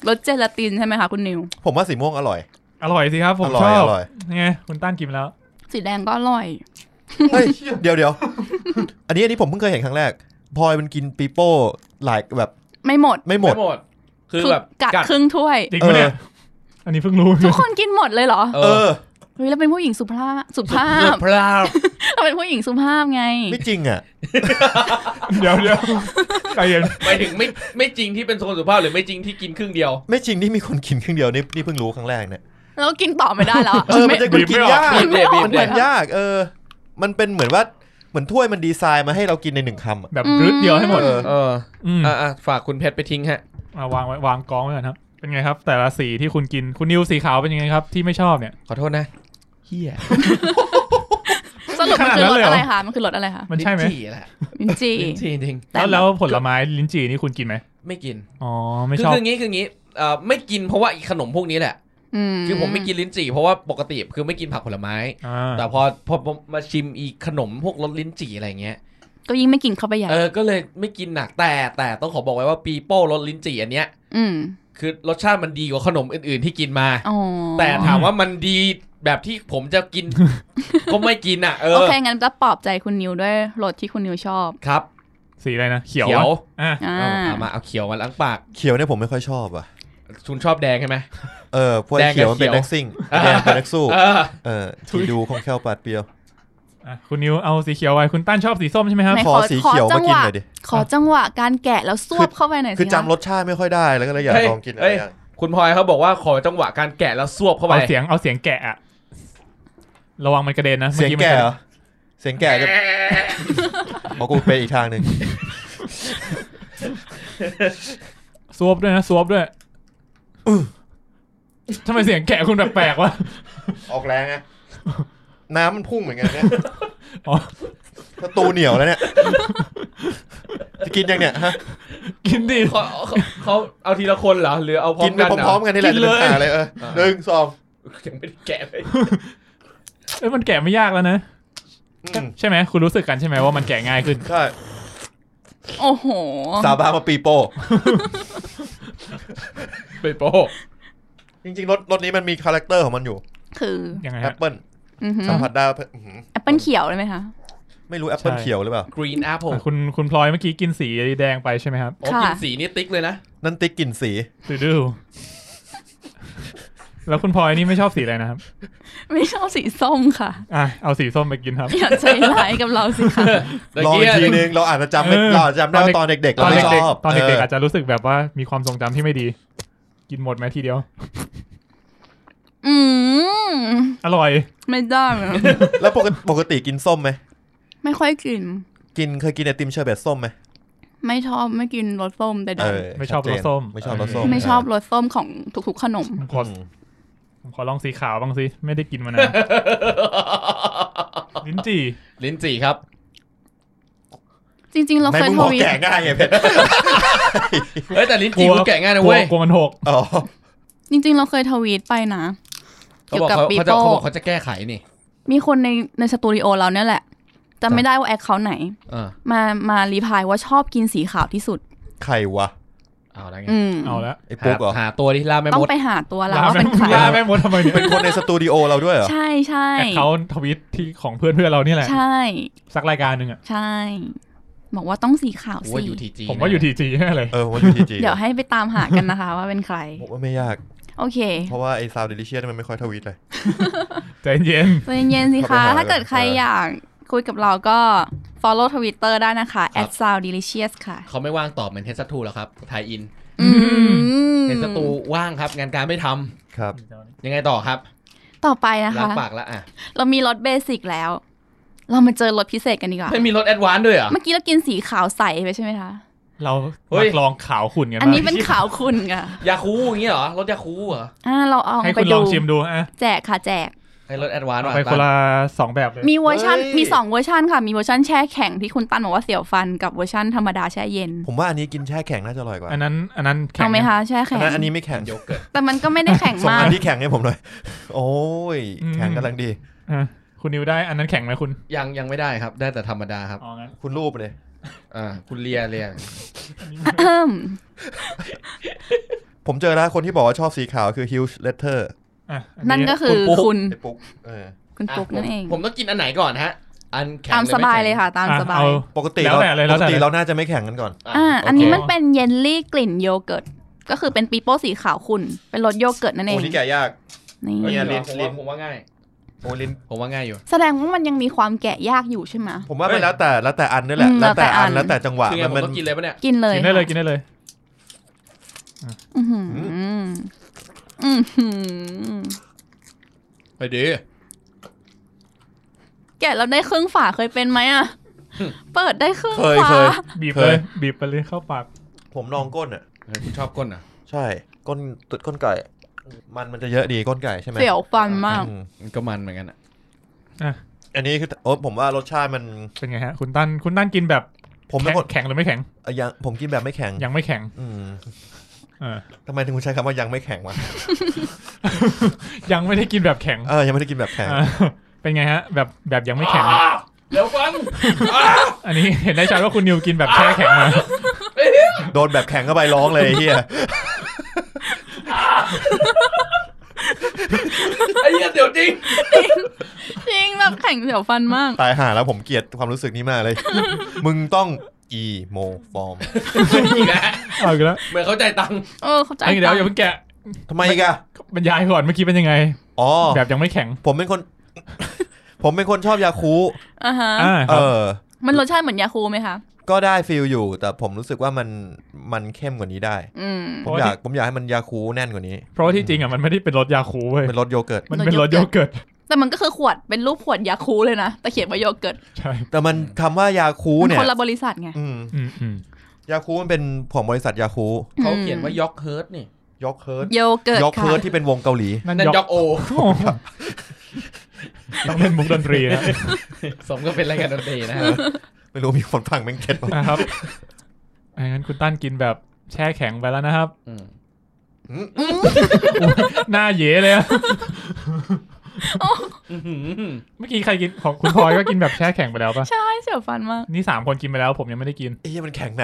รสเจลาตินใช่ไหมคะคุณนิว
ผมว่าสีม่วงอร่อย
อร่อยสิครับ ผม
อร่อย
ชอบ
อร่อย
นี่ไงคุณตั้นกินไปแล้ว
สีแดงก็อร่อย
เฮ้ยเดี๋ยวเดี๋ยวอันนี้อันนี้ผมเพิ่งเคยเห็นครั้งแรกพลอยมันกินปีโป้หลายแบบ
ไม่หมด
ไม่หมด
หมด คือ
คือ
แบบ
กัดครึ่งถ้วย
จริงปะเนี่ย
เอ
อันนี้เพิ่งรู้
ทุกคนกินหมดเลยเหรอ
เอ
เอ
อ
อ
เฮ้ยเราเป็นผู้หญิงสุภาพสุภาพ
พลาว
เราเป็นผู้หญิงสุภาพไง
ไม่จริงอ่ะ
เดี๋ยวเดี๋ยวใจเย็น
หมายถึงไม่ไม่จริงที่เป็นโซนสุภาพหรือไม่จริงที่กินครึ่งเดียว
ไม่จริงที่มีคนกินครึ่งเดียวนี่นี่เพิ่งรู้ครั้งแรกเนี่ย
แล้วกินต่อไม่ได้แล้วอะ
เออมันจะกินยาก
กินไม่ออก
มัน
เลย
กิน
อะ
ยากเออ มันเป็นเหมือนว่าเหมือนถ้วยมันดีไซน์มาให้เรากินในหนึ่งคำอะ
แบบรืดเดียวให้หมด
เออ
เออ
อืม
อ่ะอ่ะฝากคุณเพชรไปทิ้งฮะ
มาวางไว้วางกองไว้ก่อนครับ เป็นไงครับ แต่ละสีที่คุณกินคุณนิวสีขาวเป็นยังไงครับ ที่ไม่ชอบเนี่ย
ขอโทษนะเฮีย
สรุปมันคือรส
ขนาดนั้นเลยเหรอ
อะไรคะมันคือรสอะไรคะ
มันใช่ไหม
ลิ้จี่แหละ
ลินจี
ลิ้นจี่จริง
แล้วแล้วผลไม้ลิ้นจี่นี่คุณกินไหม
ไม่กิน
อ๋อไม่
คือ
ชอบ
คืองี้คืองี้เอ่อไม่กินเพราะว่าไอ้ขนมพวกนี้แหละ คือผมไม่กินลิ้นจี่เพราะว่าปกติคือไม่กินผักผลไม้
อ่า
แต่พอพอผมมาชิมอีขนมพวกรสลิ้นจี่อะไรเงี้ย
ก็ยิ่งไม่กินเข้าไปใหญ่
เออ ก็เลยไม่กินหนักแต่แต่ต้องขอบอกไว้ว่าปีโป้รสลิ้นจี่อันเนี้ย
ืม
คือรสชาติมันดีกว่าขนมอื่น ๆที่กินมา
อ๋อ
แต่ถามว่ามันดีแบบที่ผมจะ กิน ก็ไม่กินอ่ะ เอ
โอ
อ
เคงั้นจะปลอบใจคุณนิวด้วยรสที่คุณนิวชอบ
ครับ
สีอะไรนะเขียว
เขียว
อะอ่ะ
อ่า
เอาเอามาเอาเขียวมาล้างปาก
เขียวเนี่ยผมไม่ค่อยชอบอ่ะ
คุณชอบแดงใช่ไหม
เออพวกไอ้เขียวมันเป็นนักซิ่ง
แดงกับ
แดง
เขียว
เป็นนักสู้
เออ
เออทีดูคงแค่วปาดเปรียว
อ่ะคุณนิวเอาสีเขียวไว้คุณตั้นชอบสีส้มใช่ไหมครับ
ไหน
ขอสีเขียว
จัง
มากิ
ห
น
วะ
หน่อยดิ
ขอจังหวะการแกะแล้วซวบเข้าไปหน่อยสิ
คือจำ
ร
ร
ส
สชาติไม่ค่อยได้แล้วก็เลยอยากลองกินอะไร
เฮ้ย
อย่าง
คุณพลอยเขาบอกว่าขอจังหวะการแกะแล้วซวบเข้าไป
เอาเสียงเอาเสียงแกะอะระวังมันกระเด็นนะ
เสียง
มัน
แก่
กระ
เหรอ
เด็น
เสียงแก่จะบอกกูไปอีกทางหนึ่ง
ซวบด้วยนะซวบด้วยทำไมเสียงแกะคุณแปลกๆวะ
ออกแรงไงน้ำมันพุ่งเหมือนกันเนี่ย
อ๋อ
ประตูเหนียวแล้วเนี่ยจะกินยังเนี่ยฮะ
กินดิ
เขาเขา เขาเอาทีละคนเหรอหรือเอาพร้อ
กิ
ม
นไป
กัน
พร้อมๆกันนี่แหละจะเป็นปัญหาเลยเออหนึ่งสอง
ๆ ยังไม่ได้แกะ เลย
เอ้ยมันแกะไม่ยากแล้วนะ
อืม
ใช่ไหมคุณรู้สึกกันใช่ไหมว่ามันแกะง่ายขึ้น
ใช่
โอ้โห
สาบานมาปีโป้
ไปโป้
จริงๆรถรถนี้มันมีคาแรคเตอร์ของมันอยู่
คือ
ยังไง
แอ
ฮะ
ปเปิล
อือหือ
สัมผัสได้ว่าอื้อหือ
แอปเปิลเขียวเลยไหมคะ
ไม่รู้แอปเปิลเขียวหรือเปล่า
กรีนแอปเปิล
อ่ะคุณคุณพลอยเมื่อกี้กินสีแดงไปใช่ไหมครับ
โอ้
ค่ะ
กินสีนี่ติ๊กเลยนะ
นั่นติ๊กกลิ่นสี
ดือดูแล้วคุณพลอยนี่ไม่ชอบสีอะไรนะครับ
ไม่ชอบสีส้มค่ะ
อ่ะเอาสีส้มไปกินครับ
อย่าใจร้ายกับเราสิคะ
ลองอีกทีนึงเราอาจจะจำไม่
เออ
เราอาจจะจำได้ว่าตอนเด็กๆ
ต
เรา
อน
ไม่ช
เด็ก
อบ
ๆตอนเด็กๆ
เอ
อาจจะรู้สึกแบบว่ามีความทรงจำที่ไม่ดี กินหมดไหมทีเดียว
อืม
อร่อย
ไม่ได้อะ
อแล้วปกติปกติกินส้มไหม
ไม่ค่อยกิน
กินเคยกินไอติมเชอร์เบตส้มไหม
ไม่ชอบไม่กินรสส้มใด
เออ
ไม่ชอบ
ชัดเจน
รสส้ม
ไม่ชอบรสส้ม
ๆไม่ชอบรสส้มของทุกๆขนม
ผมขอ
อืม
ผมขอลองสีขาวบ้างสิไม่ได้กินมานานลิ้นจี่
ลิ้นจี่ ครับ
จริง ๆ เรา
ไม่
เคย
มึง
ท
บอก
วีต
แก่ง่ายไงเพชร
เฮ้ยแต่ลิ้นจี่คุณแกะง่ายนะ
กลัว
เว้ย
กลัวมันหก
อ๋อ
จริง ๆ เราเคยทวีตไปนะ
เขาบอกเขา
เกี่ยวกั
เขา
บ
จะ
people
เขาบอกเขาจะแก้ไขนี่
มีคนในในสตูดิโอเราเนี่ยแหละจำไม่ได้ว่าแอคเขาไหน
เออ
มามารีพลายว่าชอบกินสีขาวที่สุด
ใครวะ
เอาละไง
อืม
เอาละ
ไอ้
หา
ปุ๊กเหรอ
หาตัวที่ล่าแม่
ต้อ
ม
ง
ด
ไปหาตัวแล้ว
ลา
ว่า
แม่
เป็นใคร
ลาแม่มดทำไมเนี่ย
เป็นคนในสตูดิโอเราด้วยเหรอ
ใช่ใช่
แอคเขาทวิตที่ของเพื่อนเพื่อนๆเรานี่แหละ
ใช่
สักรายการหนึ่งอ่ะ
ใช่ บอกว่าต้องสีขาว
โอ้
สิ
ย UTG
ผมว่าอยู่ทีจีแน่เลย
เออผมว่าอยู่ทีจี
เดี๋ยวให้ไปตามหากันนะคะ ว่าเป็นใคร
ผมว่าไม่ยาก
โอเค
เพราะว่าไอ้ซาวด์เดลิเชียสมันไม่ค่อยทวีตเลย
ใจเย็น
ใจเย็นๆสิคะ
เข้าไปหา
ถ้าเกิดใคร
เอออ
อยากคุยกับเราก็ follow Twitter ได้นะคะ
ครับ
@sounddelicious ค่ะ
เขาไม่ว่างตอบเหมือนเทสทูแล้วครับไทยอิน
อืม
เทสทูว่างครับงานการไม่ทำ
ครับ
ยังไงต่อครับ
ต่อไปนะ
ล้าง
คะ
ปากแล้วอ่ะ
เรามีรถเบสิกแล้ว เรามาเจอรถพิเศษกันดีกว่า
ไม่มีรถแอดวานซ์ด้วยเหรอ
เมื่อกี้เรากินสีขาวใสไปใช่ไหมคะ
เรา
เฮ้ย
นักลองขาวขุ่นกัน
อันนี้
บ้าง
เป็นขาวคุณค่ะ
ยาคูอย่างเงี้ยเหรอรถยาคูเหรอ
อ่าเราเอา
ให้
ไป
คุณล
ดู
องชิมดูอ่ะ
แจกค่ะแจก
ให้รถแอดวานซ์
เอา
ว่ะ
ไปคนละสองแบบเลย
มีเวอร์ชัน
เฮ้ย
มี 2 เวอร์ชันค่ะ มีเวอร์ชันแช่แข็งที่คุณตันบอกว่าเสียวฟันกับเวอร์ชันธรรมดาแช่เย็น
ผมว่าอันนี้กินแช่แข็งน่าจะอร่อยกว่า
อันนั้นอันนั้นแข็
เอา
ง
ไหมคะแช่
อั
แข็
น
ง
นั้นอันนี้ไม่แข็ง
โยเกิร์ต
แต่มันก็ไม่ได้แข็ง
ส่ง
มาก
อันที่แข็งให้ผมหน่อย โอ้ยแข็งกำลังดี
อ่ะคุณนิวได้อันนั้นแข็งไหมคุณ
ยังยังไม่ได้ครับ ได้แต่ธรรมดาครับ
อ๋องั้น
คุณรูปเลย
อ่าคุณเลียเลีย
เอิ่ม
ผมเจอแล้วคนที่บอกว่าชอบสีขาวคือ Hugh Letter
อ่ะอั
นั่นก็คือคุณ
ไอ้ปุ๊กเออ
คุณปุ๊กนั่นเอง
ผมต้องกินอันไหนก่อนฮะ อันแข็ง
ตามสบายเลยค่ะ ตาม
อ่ะ
สบาย
เอา
ปกติ
แล้ว
เรา
แต่เลยแล้
ป
ว
ก
แต่
ติ
เลย
เราน่าจะไม่แข็งกันก่อน
อ่า อันนี้มัน
โเค
เป็นเยลลี่กลิ่นโยเกิร์ต ก็คือเป็นปีโป้สีขาวขุ่น เป็นรสโยเกิร์ตนั่นเอ
โอ้
ง
ที่แกะยาก
นี่
เนี่ย
ผมว่าผมว่าง่าย
โอ้ลิ้น
ผมว่าง่ายอยู่
แสดงว่ามันยังมีความแกะยากอยู่ใช่ไหม
ผมว่า
เฮ้
มัน
ย
แล้วแต่แล้วแต่อันนี่แหละ
อืม
แล้วแต่อัน
แล้วแต่อัน
แล้วแต่จังหวะ
คือไง
มันมัน
ผมต้องกินเลยปะเนี่ย
กินเลย
กินได้เลย
ค่ะ
กินได้เลย
อื้อหืออือหือ
ไปดี
แกะแล้วได้ครึ่งฝาเคยเป็นไหมอ่ะ เปิดได้ครึ่ง
เคย
ฝา
เคย
บีบ
เค
เลย ย บีบไปเลยเข้าปาก
ผมลองก้นอ่ะ
คุณชอบก้นเหรอ่ะ
ใช่ ก้นตุดก้นไก่ มันมันจะเยอะดีก้นไก่ใช่ไหม
เสียวฟันมาก
อืม
ก็มันเหมือนกันอ่ะ
อันนี้คือโอ้ผมว่ารสชาติมัน
เป็นไงฮะ คุณตั้นคุณตั้นกินแบบ
ผมเป็น
แข็ง
คน
แข็งหรือไม่แข็ง
เอ่อยังผมกินแบบไม่แข็ง
ยังไม่แข็ง
อืม
เออ
ทำไมถึงคุณใช้คำว่ายังไม่แข็งวะ
ยังไม่ได้กินแบบแข็ง
เออยังไม่ได้กินแบบแข็ง
เออเป็นไงฮะ แบบแบบยังไม่แข็ง
อ่าเดี๋ยว ฟังอ่า
อันนี้เห็นได้ชัดว่าคุณนิวกินแบบแช่แข็ง มา
โดนแบบแข็งเข้าไปร้องเลยไอ้เฮีย
ไอ้เหี้ยเดี๋ยวจริง
จริงแบบแข็งเสียวฟันมาก
ตายห่าแล้วผมเกลียดความรู้สึกนี้ มากเลย มึงต้องอีโมฟอร์ม
อีกแล้ว
เอาอีกแล้ว
เหมือนเขาใจายตังค์
เออเข้าใจ
เอันนี้เดี๋ยวอย่าเพิ่งแกะ
ทำไมอีกอะ
บรรยายก่อนเมื่อกี้เป็นยังไง
อ๋อ
แบบยังไม่แข็ง
ผมเป็นคน ผมเป็นคนชอบยาคู
อ่าฮะ
อ่าค
เอ
รับ
อ
มันรสชาติเหมือนยาคูไหมคะ
ก็ได้ฟิลอยู่ แต่ผมรู้สึกว่ามันมันเข้มกว่านี้ได้
อืม
ผมอยากผมอยากให้มันยาคูแน่นกว่านี้
เพราะว่าที่จริงอ่ะมันไม่ได้เป็นรสยาคูเว้ย
เป็นรสโยเกิร์ต
มันเป็นรสโยเกิร์ต
แต่มันก็คือขวด เป็นรูปขวดยาคูเลยนะ แต่เขียนว่าโยเกิร์ต
ใช่
แต่มันคำว่ายาคู
มัน
เนี่
ค
ย
นละบริษัทไง
อืม
อืมอืม
ยาคูมันเป็นของบริษัทยาคู
เขาเขียนว่ายอกเฮิร์ตนี่
ยอกเฮิร์ต
โยเกิร์ต
ยอก
ค่ะ
เฮิร์ตที่เป็นวงเกาหลี
นั่น
นั่น
ย
ย
อ
อก กโอ
โอ้โหต้องเล่นมุกดนตรี นะ
สมก็เป็นรายการดนตรีนะฮะ
ไม่รู้มีคนฟังแม่งเก็ตปะ
นะครับอ่ะงั้นคุณตั้นกินแบบแช่แข็งไปแล้วนะครับ
อืม
หน้าเย๋เลยอะ
อื้อหือ
เมื่อกี้ใครกินของคุณพลอยก็กินแบบแช่แข็งไปแล้วปะ
ใช่เสียวฟันมาก
นี่สามคนกินไปแล้วผมยังไม่ได้กิน
เอ้ยมันแข็งใน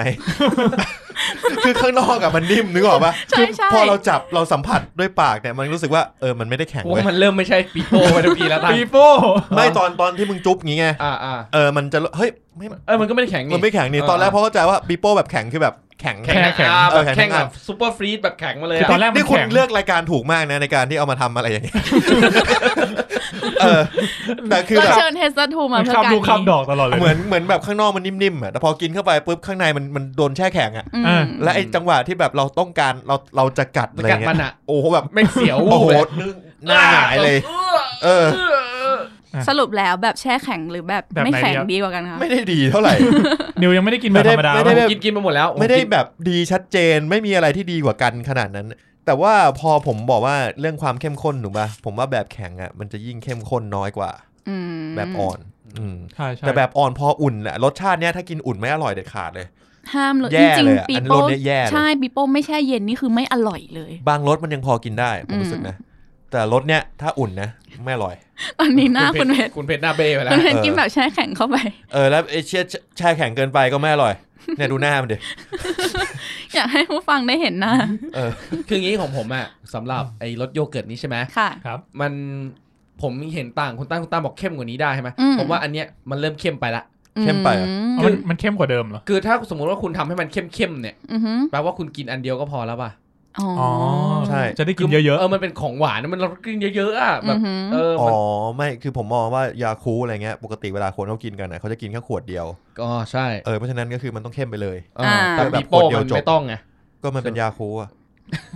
คือข้างนอกอะมันนิ่มนึกออกปะ
ใช่ใช่
พอเราจับเราสัมผัสด้วยปากเนี่ยมันรู้สึกว่าเออมันไม่ได้แข็ง
พวก
เว้ย
มันเริ่มไม่ใช่ปีโป้ไปทุกทีแล้วตัง
ปีโป้
ไม่ตอนตอนที่มึงจุ๊บงี้ไง
อ่าอ่า
เออมันจะเฮ้ยไม่
เออมันก็ไม่ได้แข็ง
มันไม่แข็งนี่ตอนแรกเพราะเข้าใจว่าปีโป้แบบแข็งคือแบบแข็ง
แข็งนะอ่า
เอ
แบ
อบ แข็ง
แข็งแบบซูเปอร์ฟรีดแบบแข็งมาเลย
คือตอ
อ่ะ
นแรกมั
นี่
น
คุณ
แข็ง
เลือกรายการถูกมากนะในการที่เอามาทำอะไรอย่างนี้ เออแต่คือ
เรา
แบบ
เชิญเทสต์ทูมา
มัน
เพื่อการ
คำดู
นี้
คำดอกตลอดเลย
เหมือนเหมือนแบบข้างนอกมันนิ่มๆอะแต่พอกินเข้าไปปุ๊บข้างในมันมันโดนแช่แข็งอะ
อืม
อ่ะ
และไอ้จังหวะที่แบบเราต้องการเราเราจะกัดอะไร
กัด
เงี้
มัน
ย
อ่ะ
โอ้โหแบบ
ไม่งเสียว
โอ้โห
เลย
หน้าหงายเลย เออ
เออ
อ่ะ
สรุปแล้วแบบแช่แข็งหรือแบบ
แบบ
ไม่
ไหน
แข็ง
ดีครับ
ดีกว่ากันคะ
ไม่ได้ดีเท่าไหร่
นิวยังไม่ได้กินแบบธรรมดา
ไม่
ปะ
ได้แบบ
กินกินไปหมดแล้ว
ไม่ได้
กิน
แบบดีชัดเจนไม่มีอะไรที่ดีกว่ากันขนาดนั้น แต่ว่าพอผมบอกว่าเรื่องความเข้มข้นถูกป่ะผมว่าแบบแข็งอ่ะมันจะยิ่งเข้มข้นน้อยกว่า
อืม
แบบอ่อน อืม
ใช่ใช่
แต่แบบอ่อนพออุ่นอ่ะรสชาติเนี้ยถ้ากินอุ่นไม่อร่อยเด็ดขาดเลย
ห้ามเลย
แย่
จริง
เลยอะ
ๆปี
อันนี้ร
โป้
สเนี่ยแย่เลย
ใช่ปีโป้ไม่แช่เย็นนี่คือไม่อร่อยเลย
บางรสมันยังพอกินได้ผมรู้สึกนะ แต่รสเนี้ยถ้าอุ่นนะไม่อร่อย
ตอนนี้หน้าคุณเพชร
คุณเพชรหน้าเบ้ไปแล้ว
คุณเพชร
เออ
กินแบบแช่แข็งเข้าไป
เออแล้วไอเชียแช่แข็งเกินไปก็ไม่อร่อยเนี่ยดูหน้ามันดิ
อยากให้ผู้ฟังได้เห็นหน้า
เออ
คืองี้ของผมอ่ะสำหรับไอ้รสโยเกิร์ตนี้ใช่ไหม
ค่ะ
ครับ
มันผมเห็นต่างคุณตั้งคุณตั้งบอกเข้มกว่านี้ได้ใช่ไหม
อืม
ผมว่าอันเนี้ยมันเริ่มเข้มไปละ
เข้มไปเหรอ
อื
เอา
ม
มันมันเข้มกว่าเดิมเหรอ
คือถ้าสมมุติว่าคุณทำให้มันเข้มๆเนี่ย
อือหือ
แปลว่าคุณกินอันเดียวก็พอแล้วป่ะ
อ๋ออ
อ๋อ
ใช่
จะได้กินเยอะๆ
เออมันเป็นของหวานมันเรากินเยอะๆอ่ะแบ
อื
บ
อหือ
เออ
อ๋
มัน
อไม่คือผมมองว่ายาคูลอะไรเงี้ยปกติเวลาคนเขากินกันนะเขาจะกินแค่ขวดเดียว
ก็ใช่
เออเพราะฉะนั้นก็คือมันต้องเข้มไปเลย
เออแต่
แบบ
ปีโป้
ขวดเดียว
มัน
จบ
ไม่ต้องไง
ก็มันเป็นยาคูลอะ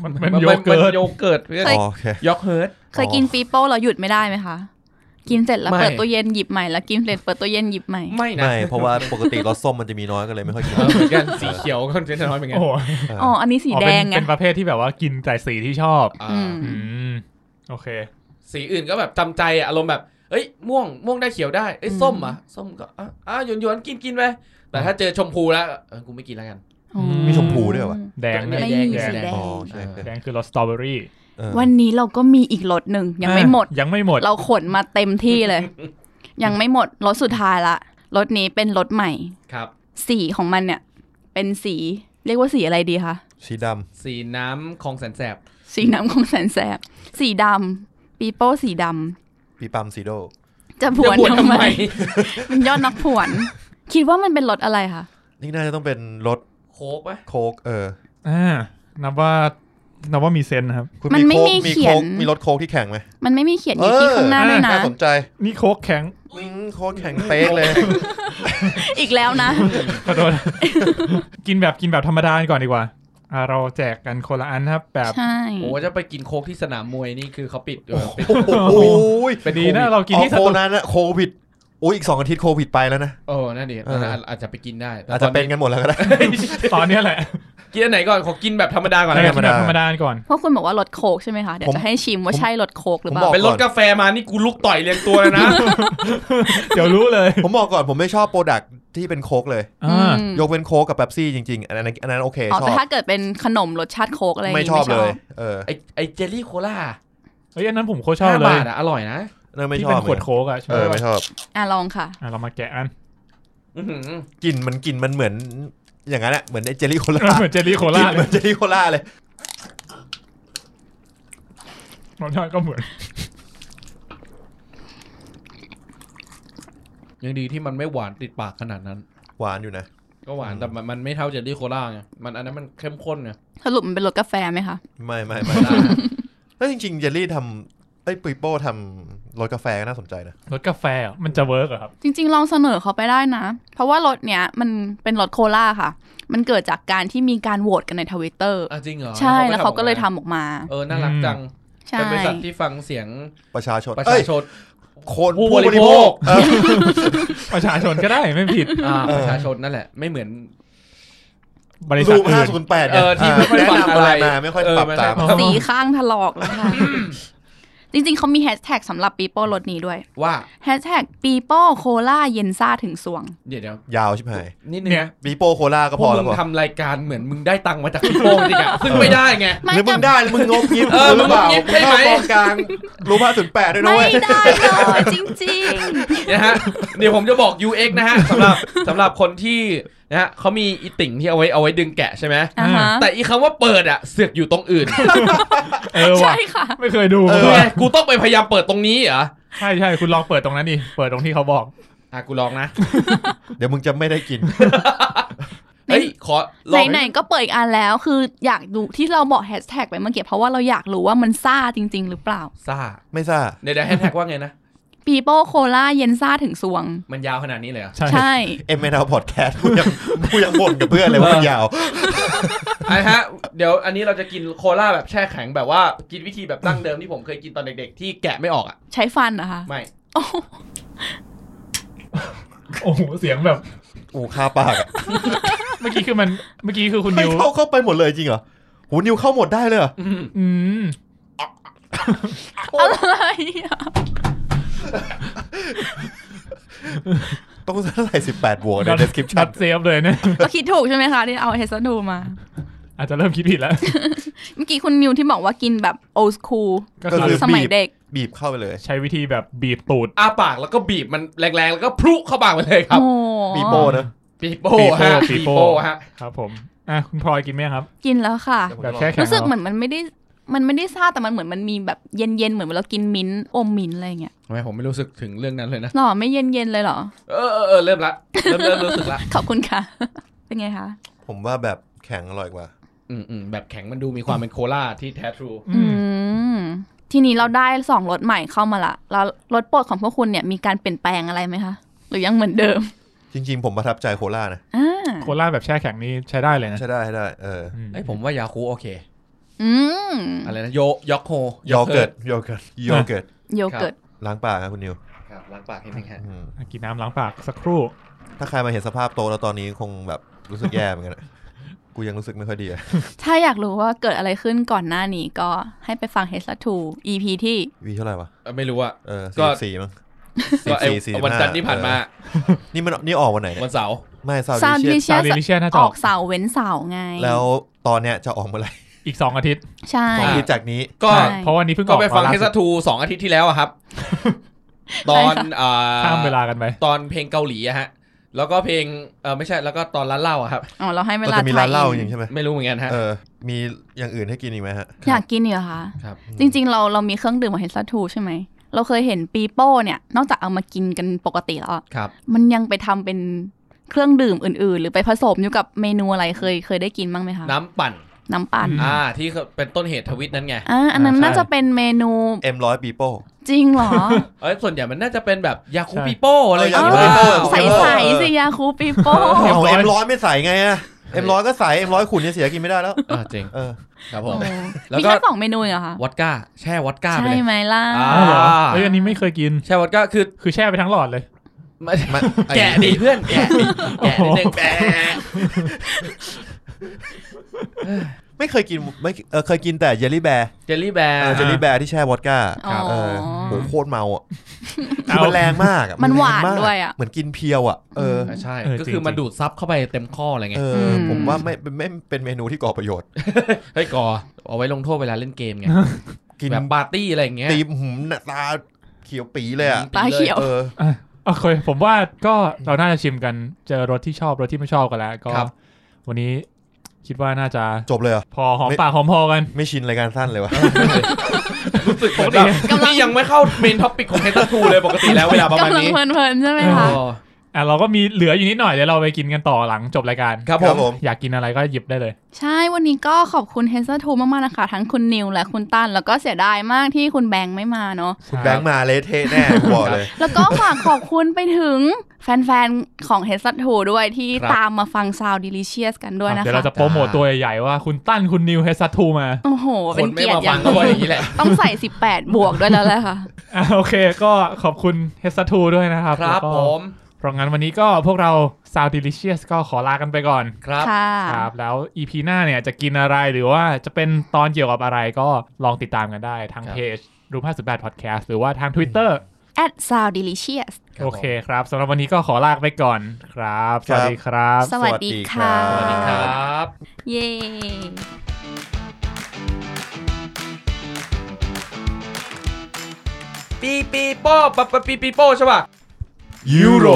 มันเป็นโยเกิ
มั
ร์
น
ต
โยเกิร์ตเพื่อน
อ๋อโอเค
ยอกเฮิร์ต
เคยกินปีโป้เราหยุดไม่ได้ไหมคะ กินเสร็จแล้ว
ไม่
เปิดตู้เย็นหยิบใหม่แล้วกินเสร็จเปิดตู้เย็นหยิบใหม่
ไม่นะ
ไม่ เพราะว่าปกติรสส้มมันจะมีน้อยก็เลยไม่ค่อยกิน
เออเหมือนกันสีเขียวก็เจนน้อยเหมือนกัน
โอ้โห
เอออ
อ๋อ อันนี้สี
อ๋อ
แด
เป็น
งไง
เป็นประเภทที่แบบว่ากินแต่สีที่ชอบ
อ่า
อืม
อืม โอเค
สีอื่นก็แบบจำใจอะอารมณ์แบบเอ้ยม่วงม่วงได้เขียวได้เอ้ยส้มอ่ะส้มก็อ่ะอ่ะหยวนๆกินกินไปแต่ถ้าเจอชมพูแล้วเออกูไม่กินแล้วกัน
อ๋อ
มี
มีชมพูด้วยวะ
แดงเนี่ย
ไม่
แดง
มี
แดง
สีแดง
อ๋อโอเคโอเค
แดงคือรสสตรอเบอรี่
เออ
วันนี้เราก็มีอีกรถหนึ่งยังไม่หมด
อ่ะยังไม่หมด
เราขนมาเต็มที่เลย ยังไม่หมดรถสุดท้ายละรถนี้เป็นรถใหม่
ครับ
สีของมันเนี่ย เป็นสี เรียกว่าสีอะไรดีคะ
สีด
สีน้ำคลองแสนแสบ
สีน้ำของแสนแสบสีดำปีโป้สีด
ำปีปัมซีโด
ำจะผวนทำไม มันยอดนักผวน คิดว่ามันเป็นรถอะไรคะ
นี่น่าจะต้องเป็นรส
โค้กปะ
โค้กเออ
อ่า นับว่า นับว่ามีเซนส์นะครับ
คุณ
มัน
มี
ไม่มี
โค้กมี
เขีย
โค้
น
กมีรสโค้กที่แข็งไหม
มันไม่มีเขียนอยู่ที่ข้างหน้าด้วยนะ
น่าสนใจ
นี่โค้กแข็ง
อืมโค้กแข็งเป๊กเลย
อีกแล้วนะ
ขอโทษ กินแบบกินแบบธรรมดาก่อนดีกว่า อ่า เราแจกกันคนละอันนะครับ แบบ
ใช่
โอ้จะไปกินโค้กที่สนามมวยนี่คือเขาปิดด้วยปิด
โอ้โห
เป็น
ดี
โควิด
นะเรากินที่ส
โค
ตู
นั้นอะโควิดโอ้ยอีกสองอาทิตย์โควิดไปแล้วนะ
เออนั่นดิ
เออ
นั่นอาจจะไปกินได้แต่
อาจจะเป็นกันหมดแล้วก็ ได้
ตอนเนี้ยแหละ
กินอันไหนก่อนขอกินแบบธรรมดาก่อน
กิ
นะ
น
ครับ
แบบธรรมดาก่อน
เพราะคุณบอกว่ารถโคกใช่ไหมคะ เดี๋ยว
ผม
จะให้ชิมว่า
ผม
ใช่รถโคกหรือเป
ผมบ
ล่า
อก
เป็นรถกาแฟมานี่กูลุกต่อยเรียงตัว เลยนะ
เดี๋ยวรู้เลย
ผมบอกก่อนผมไม่ชอบโปรดักที่เป็นโค้กเลย
อื
อ่าม
ยกเว้นโค้กกับเป๊ปซี่จริงๆ อันนั้นอันนั้นโอเค
อ๋อ
ชอ
แต่
บ
ถ้าเกิดเป็นขนมรสชาติโคกอะไรอย่าง
ไม่
งี้
ชอบเลย เออ
ไอไอเจลลี่โคล่า
เฮ้ยอันนั้นผมโคตรชอบ
ห้า
เลย
บาทอะอร่อยนะ
อันนั่นไม่ช
ที่
อ
เป็น
บ
ขวดโค้กอะใช่ไห
เอ
ม
อไม่ชอบ
อ่ะลองค่ะ
อ่ะเรามาแกะอัน
อื้อหือก
ลิ่นมันกลิ่นมันเหมือน อย่างนั้นอะเหมือนไอเจลลี่โคลา
เหมือนเจลลี่โค
ก
ลา
ลิ่น
เล
เหมือย นเจลลี่โคลาเลย
รสชาติก็เหมือน
ยังดีที่มันไม่หวานติดปากขนาดนั้น
หวานอยู่นะ
ก็หวาน
อืม
แต่มันมันไม่เท่าเจลลี่โคล่าไงมันอันนั้นมันเข้มข้นไง
สรุปมันเป็นรสกาแฟไหมคะ
ไม่ไม่ไม่ แล้วจริงๆเจลลี่ทำไอ้ยปุยโป้ทำรสกาแฟก็น่าสนใจนะ
รสกาแฟเหรอมันจะเวิร์กเหรอครับ
จริงๆ ลองเสนอเขาไปได้นะ เพราะว่ารถเนี้ยมันเป็นรถโคลาค่ะ มันเกิดจากการที่มีการโหวตกันในทวิตเตอร์
อ่ะจริงเหรอ
ใช่แล้วเขาก็เลยทำออกมา
เออน่ารักจัง
ใช่
เป็นบริษัทที่ฟังเสียง
ประชาชน
ประชา
เอ้ย
ชน
คน
ผู้
ผู้
บบริ
ริ
โภ
โภ
ค
คเออ
ประชาชนก็ได้ไม่ผิด
อ่าประชาชนนั่นแหละไม่เหมือน
บริษัท
ห้า
อื่น
ศูนย์แปด
เออที่ไม่ค่อย
แนะ
ปรับ
นำ
อะ
อะไร ไรมาไม่ค่อย
เออ
ปรับ
ไม่
ตาม
ค่อย
สีข้างถลอกแล้วค่ะ จริงๆ เขามีแฮชแท็กสำหรับปีโป้รถนี้ด้วย
ว่า
แฮชแท็กปีโป้โคลาเย็นซ่าถึงสวง
เดี๋ยวเดี๋ยวย
าวใช่ไหม
นิดนึงนะ
บีโป้โคลาก็
พ
พ
ว
อก แล้ว
มึง
พอ
ทำรายการเหมือนมึงได้ตังค์มาจากพี่โป้งจริงอะซึ่งไม่ได้ไง
ไม่
หรือมึงได้หรือมึงงบยิ้ม
เออ
หรือเปล่า
มึงงบงิบใช่ไหม
เข้ากองกลางรู้ห้าศูนย์แปดด้วยนะเว้
ไม่
ย
ได้เลย จริง
นะฮะเดี๋ยวผมจะบอก UX นะฮะสำหรับสำหรับคนที่นะฮะเขามีอีติ่งที่เอาไว้เอาไว้ดึงแกะใช่ไหม
ๆอ่าฮะ
แต่อีคำว่าเปิดอะเสือกอยู่ตรงอื่น
เออว่ะ
ใช่ค่ะ
ไม่เคยดู
เอ
มา
อ
ก่อน
กูต้องไปพยายามเปิดตรงนี้เหรอ
ใช่ใช่คุณลองเปิดตรงนั้นดิเปิดตรงที่เขาบอก
อ่ะกูลองนะ
เดี๋ยวมึงจะไม่ได้กิน
เฮ้ยขอลอง
ไหนๆก็เปิดอีกอันแล้วคืออยากดูที่เราบอกแฮชแท็กไปเมื่อกี้เพราะว่าเราอยากรู้ว่ามันซ่าจริง ๆ หรือเปล่า
ซ่า
ไม่ซ่า
เดี๋ยวเดี๋ยวแฮชแท็กว่าไงนะ
ปีโป้โคลาเย็นซ่าถึงสวง
มันยาวขนาดนี้เลยเหรอ
ใช่
ใช่
เอ็มเอ็นเอาพอดแคสต์กูยังกูยังบ่นกับเพื่อนเลยว่า
เออ
มันยาว
อ่ะฮะเดี๋ยวอันนี้เราจะกินโคลาแบบแช่แข็งแบบว่ากินวิธีแบบดั้งเดิมที่ผมเคยกินตอนเด็กๆ ที่แกะไม่ออกอะ
ใช้ฟันนะคะ
ไม่
โอ้โห
โอ้โหเสียงแบบ
โอ้คาปากอะ
เมื่อกี้คือมันเมื่อกี้คือคุณ
เฮ้ย
นิว
เข้าเข้าไปหมดเลยจริงเหรอโหนิวเข้าหมดได้เลยเหรอ
อืม
อืม
อะไรอะ
ต้องเท่าไหร่สิบแปดบวกใน description
เซฟเลยเนี่ย
เราคิดถูกใช่ไหมคะที่เอาเฮสดูมา
อาจจะเริ่มคิดผิดแล้ว
เมื่อกี้คุณนิวที่บอกว่ากินแบบโอ s สคู l
ก็
ก็คื
คือ อ
สมัยเด็ก
บีบเข้าไปเลย
ใช้วิธีแบบบีบตูด
อ้าปากแล้วก็บีบมันแรงๆ แล้วก็พลุเข้าปากไปเลยครั
โอ้
บ
โห
บีโป้นะ
ปีโป้ฮะ
ปี
ปี
โป้
โป้ฮะ
ครับผม อ่ะคุณพลอยกินไหมครับ
กินแล้วค่ะ
แบบแช่แข็ง
รู้สึก
า
เหมือนมันไม่ได้มันไม่ได้ซาแต่มันเหมือนมันมีแบบเย็นๆ เหมือนเรากินมิ้นท์อมมิ้นท์อะไรอย่างเงี้ย
ทำไมผมไม่รู้สึกถึงเรื่องนั้นเลยนะ
หรอไม่เย็นๆเลยเหรอ
เออเออเออเริ่มละ เริ่มเริ่มรู้สึกละ
ขอบคุณค่ะ เป็นไงคะ
ผมว่าแบบแข็งอร่อยกว่า
อืมอืมแบบแข็งมันดูมีความเป็นโคลาที่แท้ทรู
อื
อื
ม
ม ทีนี้เราได้สองรถใหม่เข้ามาละแล้วรถโปรดของพวกคุณเนี่ยมีการเปลี่ยนแปลงอะไรไหมคะ หรือยังเหมือนเดิ ม
จริง ๆ ผมประทับใจโคล่านะ
อ่า
โคลาแบบแช่แข็งนี่ใช้ได้เลยนะ
ใช่ได้ใช่ได้เออ
อืม
เอ้ยผมว่ายาคูโอเค
อืม
อะไรนะโยยอกโฮ
โยเกิร์ตโยเกิร์ตโยเกิร์ต
โยเกิร์ต
ล้างปากครับคุณนิว
ครับล้างปากให้หนึ่งฮะ
อืม
อ่ะกินน้ำล้างปากสักครู่
ถ้าใครมาเห็นสภาพโตะแล้วตอนนี้คงแบบรู้สึกแย่เหมือนกันอะกูยังรู้สึกไม่ค่อยดีอะ
ถ้าอยากรู้ว่าเกิดอะไรขึ้นก่อนหน้านี้ก็ให้ไปฟัง h ฮสทู EP ที่
วีเท่าไหร่วะ
เออไม่รู้อะ
เออ
ก็
สี่สี่มั้ง
ก็ไอ้
44 45
วันจันทร์ที่ผ่านมา
นี่มันนี่ออกวันไหนเนี่ย
วันเสาร์
ไม่ซาว
ซาว
ดิ
ดิ
เชีย
เชีย
Sound Delicious น่าจะ
อ
ออก
อกเสาร์เว้นเสาร์ไง
แล้วตอนเนี้ยจะออกเมื่อไหร่
อีกสองอาทิตย์
ใช่
สองอาทิตย์จากนี้
ก็
ใช่เพราะวันนี้เพิ่งอ
ก็
อก
ไปฟัง
มา
เฮ
ล่า
ส
สุด
ทูสองอาทิตย์ที่แล้วอะครับ ตอนอ่า
ข้ามเวลากันไป
ตอนเพลงเกาหลีอะฮะ แล้วก็เพลงเออไม่ใช่แล้วก็ตอนร้านเหล้าอะครับ
อ๋อเราให้เว
เรา
ลา
จะมี
ถ่า
ร้าย นเหล้าอ
อิ
ย่าง
น
ใช่ไหม
ไม่รู้เหมือนกันฮะ
เออ มีอย่างอื่นให้กินอีกไหมฮะ
อยากกินเหรอคะ
ครับ
จริง ๆ เราเรามีเครื่องดื่มของเฮสทูใช่ไหม เราเคยเห็นปีโป้เนี่ย นอกจากเอามากินกันปกติแล้วอะ
ครับ
มันยังไปทำเป็นเครื่องดื่มอื่น ๆ หรือไปผสมอยู่กับเมนูอะไรเคยเคยได้กินบ้างไหมคะ
น้ำปั่น
น้ำปั่น
อืม
อ่า ที่เป็นต้นเหตุทวิตนั้นไง
อ่าอันนั้น
อ่าใช่
น่าจะเป็นเมนู
เอ็มร้อยปีโป้
จริงเหรอ
เอ้ยส่วนใหญ่มันน่าจะเป็นแบบยาคู
ใช่
ปิโป้อะไรอย่าง
เอ
เงี้
อ
ย
ใส
โเอ
ใส
อเออ
สิยาคูปีโป้
เอาเอ็ม
M100
ร้อยไม่ใส่ไงอะเอ็มร้อยก็ใส่เอ็มร้อยขุนเนี่ยเสียกินไม่ได้แล้ว
เออจริง
เออ
ครับผ
โอ้
ม
โห
แล้ว
มี
ก็
แค่สองเมนูเหรอคะ
วอดก้า แช่วอดก้าไป
ใช่
เลย
ไหมล่ะ
อ่า
อ้าวเหรอเฮ้ยอันนี้ไม่เคยกิน
แช่วอดก้าคือ
คือแช่ไปทั้งหลอดเลย
มัน
มา
แกะดีเพื่อนแกะดิแกะนิดนึงแกะ
ไม่เคยกินไม่เออเคยกินแต่เยลลี่แบร์
เจลลี่แบร์
เจลลี่แบร์ที่แช่วอดก้า
ครับ
เออโหโคตรเมาอ่ะคือ
เอา
มันแรงมากอะ
มันหวาน
แรงก
ด้วยอะ
เหมือนกินเพียวอ่ะ เออ
ใช่
เออ
ก็
จริง
คือมัน
จริง
ดูดซับเข้าไปเต็มข้ออะไรไง
เอออ ผมว่าไม่ไม่ไม่เป็นเมนูที่ก่อประโยชน์
เฮ้ยกอเอาไว้ลงโทษเวลาเล่นเกมไง
กิน
แบบปาร์ตี้อะไรอย่างเงี้ย
ตีมหืมหน้าตาเขียวปีเลยอ่ะ
ตาเขียว
เออ
อ่ะโอเคผมว่าก็เราน่าจะชิมกันเจอรสที่ชอบรสที่ไม่ชอบกันแล้ว ก็
ครับ
วันนี้คิดว่าน่าจะ
จบเลยเหรอ
พอหอม
ไม่
ปากหอมคอกัน
ไม่ชินรายการสั้นเลยวะ
รู้สึกปกติ
กำลัง
นี่ยังไม่เข้าเมนท็อปิกของเฮตัทูเลยปกติแล้วเวลาประมาณ
กำลัง
นี้
เพลินๆใช่ไหม
เอ
คะ
อ อ่ะเราก็มีเหลืออยู่นิดหน่อยเดี๋ยวเราไปกินกันต่อหลังจบรายการ
ครับ
ครับ
ผ
ผม ม
อยากกินอะไรก็หยิบได้เลย
ใช่ วันนี้ก็ขอบคุณเฮนเซอร์ทูมาก ๆ นะคะ ทั้งคุณนิวและคุณตัน แล้วก็เสียดายมากที่คุณแบงค์ไม่มาเนาะ
คุณแบงค์มาเละเทะแน่กูบอกเลย
แล้วก็ฝากขอบคุณไปถึงแฟน ๆ ของเฮนเซอร์ทูด้วยที่
ครับ
ตามมาฟังซาวดิลิเชียสกันด้วยนะ
เดี๋ยวเรา
คะ
จะโปรโมทตัวใหญ่ๆว่าคุณตั้นคุณนิวเฮซัตทูมา
โอ้โห
ค
เป็น น
ไม่
เกียร
มา
ติอย่า
ฟั
ง ง
ก็บอกอย่างนี้แหละ
ต้องใส่ 18 บวกด้วยแล้วแหละค่ะ
อ่ะโอเคก็ขอบคุณเฮซัตทูด้วยนะครับ
ครับ
แล้วก็
ผม
เพราะงั้นวันนี้ก็พวกเราซาวดิลิเชียสก็ขอลากันไปก่อน
ครับ
ค่ะ
ครับแล้ว EP หน้าเนี่ยจะกินอะไรหรือว่าจะเป็นตอนเกี่ยวกับอะไรก็ลองติดตามกันได้ทาง
ครับ
เพจรูป58 Podcast หรือว่าทาง Twitter
at sound delicious
ครับผม
โอเคครับสำหรับวันนี้ก็ขอลากไปก่อนครับ สวัสดีครับ
สวัสดีค่ะ
สวัสดีครับ
ครับ
เย้
ปีปีโป้ปะปะปีปีโป้ใช่ป่ะ
ยูโร